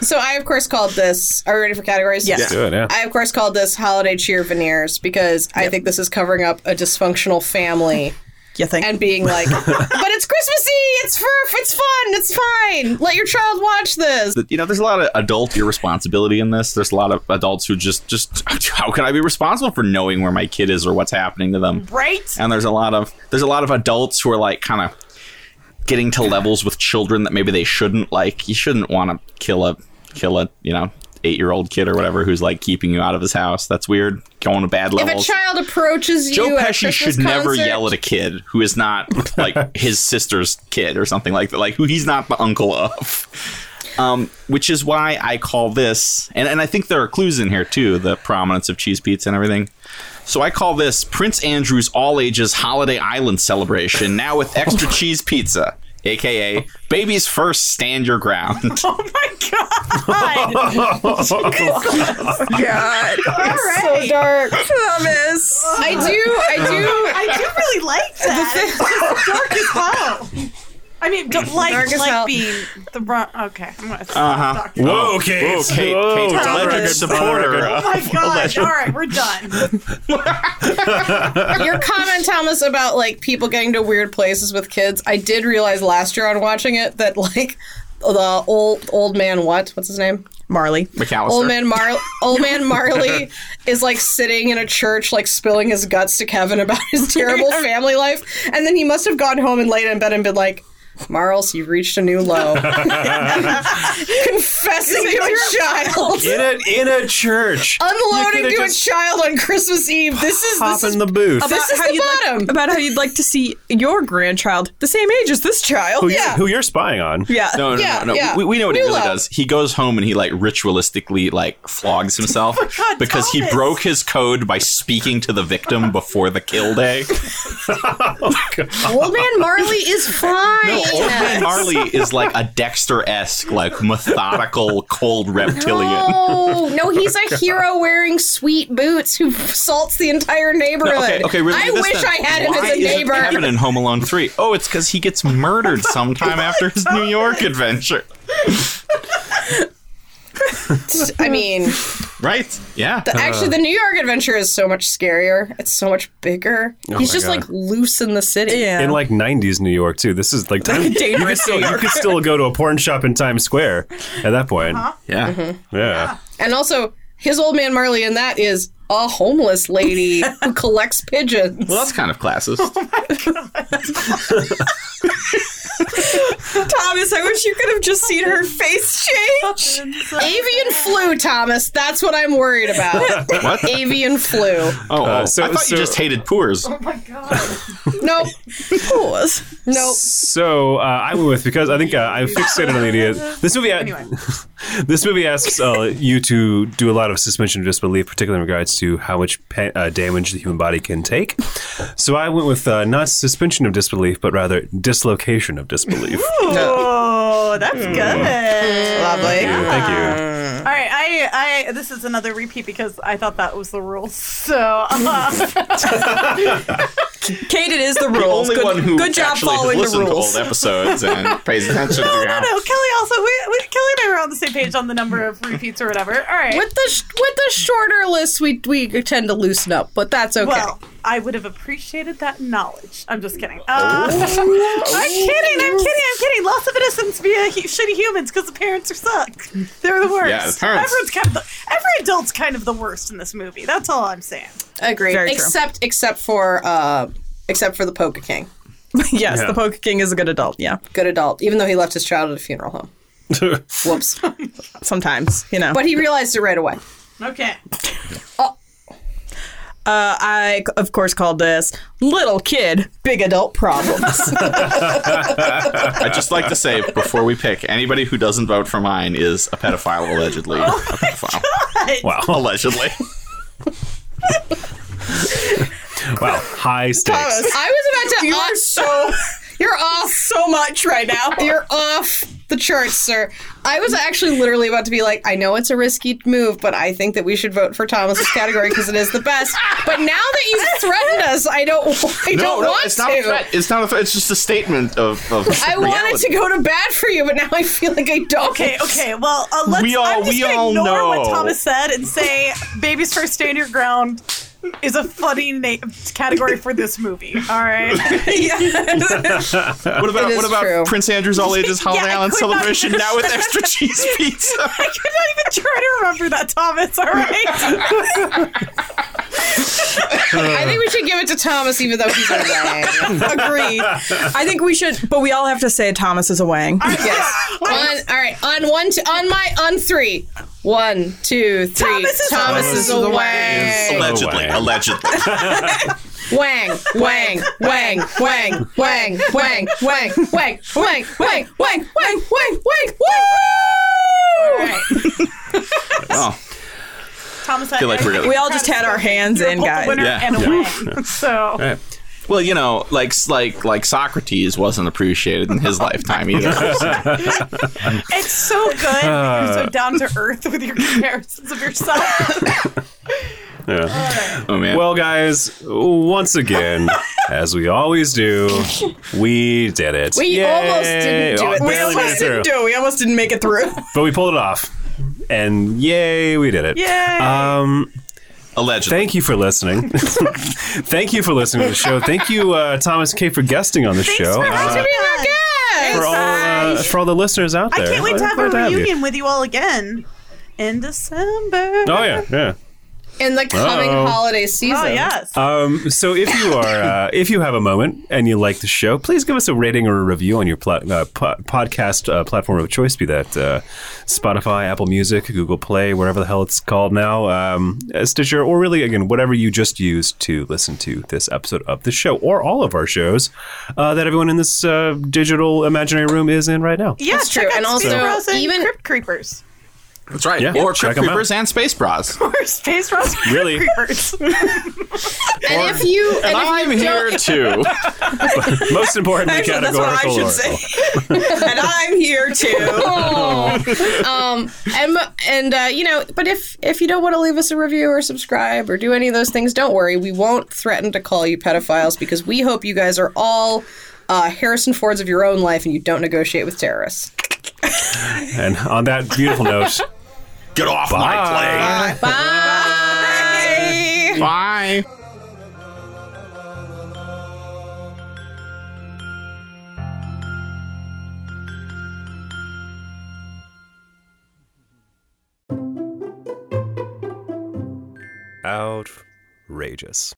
So I, of course, called this. Are we ready for categories? Yes. Good. Yeah. I, of course, called this holiday cheer veneers because I think this is covering up a dysfunctional family You think? and being like, but it's Christmassy, it's for, it's fun, it's fine. Let your child watch this. that, you know, there's a lot of adult irresponsibility in this. There's a lot of adults who just, just, how can I be responsible for knowing where my kid is or what's happening to them? Right? And there's a lot of, there's a lot of adults who are like kind of getting to levels with children that maybe they shouldn't. Like, you shouldn't want to kill a, kill a, you know, eight year old kid or whatever who's like keeping you out of his house. That's weird. Going to bad If a levels. child approaches you, Joe at a Pesci Christmas should never concert- yell at a kid who is not like his sister's kid or something like that, like who he's not the uncle of. Um, which is why I call this, and, and I think there are clues in here too, the prominence of cheese pizza and everything. So I call this Prince Andrew's all ages holiday island celebration, now Oh with extra cheese pizza, aka baby's first stand your ground. Oh my god! God, All right. So dark. Thomas. I do, I do. I do really like that. It's dark as hell. I mean, don't like Dark as like hell. being the wrong. Okay, I'm gonna Uh-huh. stop talking. Whoa, Kate. Whoa, Kate, Whoa, Kate's on alleged record, supporter on record. of- Oh my gosh! All right, we're done. your comment, Thomas, about like people getting to weird places with kids. I did realize last year on watching it that like the old old man what what's his name Marley. McAllister. old man Mar- old man Marley is like sitting in a church like spilling his guts to Kevin about his terrible family life, and then he must have gone home and laid in bed and been like. Marls, you've reached a new low. Confessing to a child. in a in a church. Unloading You to coulda a just child on Christmas Eve. This is Hop this is in the booth. This is the you'd bottom. Like, about how you'd like to see your grandchild the same age as this child. who, you- yeah. who you're spying on? yeah. No, no, Yeah, no, no. yeah. We, we know what he We really love- does. He goes home and he like ritualistically like flogs Oh himself God, because he Thomas. broke his code by speaking to the victim before the kill day. old man Marley is fine. Old Man Marley is like a Dexter esque, like methodical, cold reptilian. No, no, he's Oh, a hero wearing sweet boots who salts the entire neighborhood. Okay, okay, really. I wish I had him as a neighbor. Oh Happened in Home Alone three. Oh, it's because he gets murdered sometime after his New York adventure, I mean, right? Yeah. actually, the New York adventure is so much scarier. It's so much bigger. Oh He's my just God. like loose in the city. Yeah. In like '90s New York too. This is like time, you could dangerous still New you York. could still go to a porn shop in Times Square at that point. yeah. Mm-hmm. Yeah. And also, his old man Marley in that is a homeless lady who collects pigeons. Well, that's kind of classist. Thomas, I wish you could have just seen her face change. Avian flu, Thomas. That's what I'm worried about. What? Oh, Avian flu. oh. Uh, so- I thought so- you just hated Poors. Oh my god. Nope. Nope. So uh, I went with because I think uh, I'm fixated on the idea. This movie, Anyway. this movie asks uh, you to do a lot of suspension of disbelief, particularly in regards to how much pa uh, damage the human body can take. So I went with uh, not suspension of disbelief, but rather dislocation of disbelief. Oh, that's good. Lovely. Thank you. All right, I, I, this is another repeat because I thought that was the rule. So, uh, Kate, it is the rules. The only good, one who good job actually has following the listened rules. to old episodes and pays attention to no, no, Kelly also, we, we, Kelly and I were on the same page on the number of repeats or whatever. All right. With the sh- with the shorter list, we we tend to loosen up, but that's okay. Well, I would have appreciated that knowledge. I'm just Oh. kidding. Uh, I'm kidding. I'm kidding. I'm kidding. Loss of innocence via hu- shitty humans because the parents are suck. They're the worst. the parents. Everyone's kind of the, every adult's kind of the worst in this movie. That's all I'm saying. Agreed. Very true. except except for uh, except for the Poker King, yes, Yeah. the Poker King is a good adult. Yeah, good adult, even though he left his child at a funeral home. Whoops! sometimes you know. But he realized it right away. Okay. Uh, I of course called this little kid, big adult problems. I'd just like to say before we pick, anybody who doesn't vote for mine is a pedophile, allegedly. a pedophile. Wow. Allegedly. Wow. High stakes. I was about to. You are so. You're off. so much right now. You're off the charts, sir. I was actually literally about to be like, I know it's a risky move, but I think that we should vote for Thomas's category because it is the best. But now that you've threatened us, I don't. I don't want it's to. not a threat. It's not a threat. It's just a statement of. of I wanted to go to bat for you, but now I feel like I don't. Okay. Okay. Well, uh, let's. We all- I'm just we gonna all ignore what know. Thomas said and say, "Baby's first stand your ground." Is a funny na- category for this movie. All right. Uh. What about It is what about true. Prince Andrew's all ages holiday I island could not- celebration now with extra cheese pizza? I could not even try to remember that, Thomas. All right. I think we should give it to Thomas, even though he's away. Agreed. I think we should, but we all have to say Thomas is a wang. yes. On, all right. On one. Two, on my. On three. One, two, three. Thomas is is away. a wang. allegedly, way. allegedly. Wang, wang, wang, wang, wang, wang, wang, wang, wang, wang, wang, wang, wang, wang, wang. Oh, Thomas, I feel like we're gonna- We all just had our hands in, Both a guys. winner Yeah. and a Yeah. win. So well, you know, like like like Socrates wasn't appreciated in his lifetime either. it's so good. that you're so down to earth with your comparisons of yourself. Yeah. Oh man. Well, guys, once again, as we always do, we did it. We almost didn't do Oh, it. We We barely made almost it through. didn't do it. We almost didn't make it through. but we pulled it off. And yay, we did it. Yay. Um, allegedly. thank you for listening. thank you for listening to the show. Thank you, uh, Thomas K, for guesting on the show. for Uh, having me. for all, uh, for all the listeners out I there. can't wait to I'm have glad a have you. reunion with you all again in December. Oh yeah, yeah. in the coming Uh-oh. holiday season. Oh yes. Um, so if you are, uh, if you have a moment and you like the show, please give us a rating or a review on your pla- uh, po- podcast uh, platform of choice, be that uh, Spotify, Apple Music, Google Play, wherever the hell it's called now, um, uh, Stitcher, or really again whatever you just used to listen to this episode of the show or all of our shows uh, that everyone in this uh, digital imaginary room is in right now. yeah, That's check true. out And also, Speed Bros and even- Crypt Creepers That's right. Yeah, or check Crypt 'em out. Creepers and Space Bros. or Space Bros. and Crypt Really? Creepers. And if you and And if I'm you here don't- too. Most importantly, Actually, that's categorical. what I should oracle. say. and I'm here too. Oh. um, and and uh, you know, but if if you don't want to leave us a review or subscribe or do any of those things, don't worry. We won't threaten to call you pedophiles because we hope you guys are all uh, Harrison Fords of your own life and you don't negotiate with terrorists. And on that beautiful note, Get off Bye. my Bye. plane. Bye. outrageous.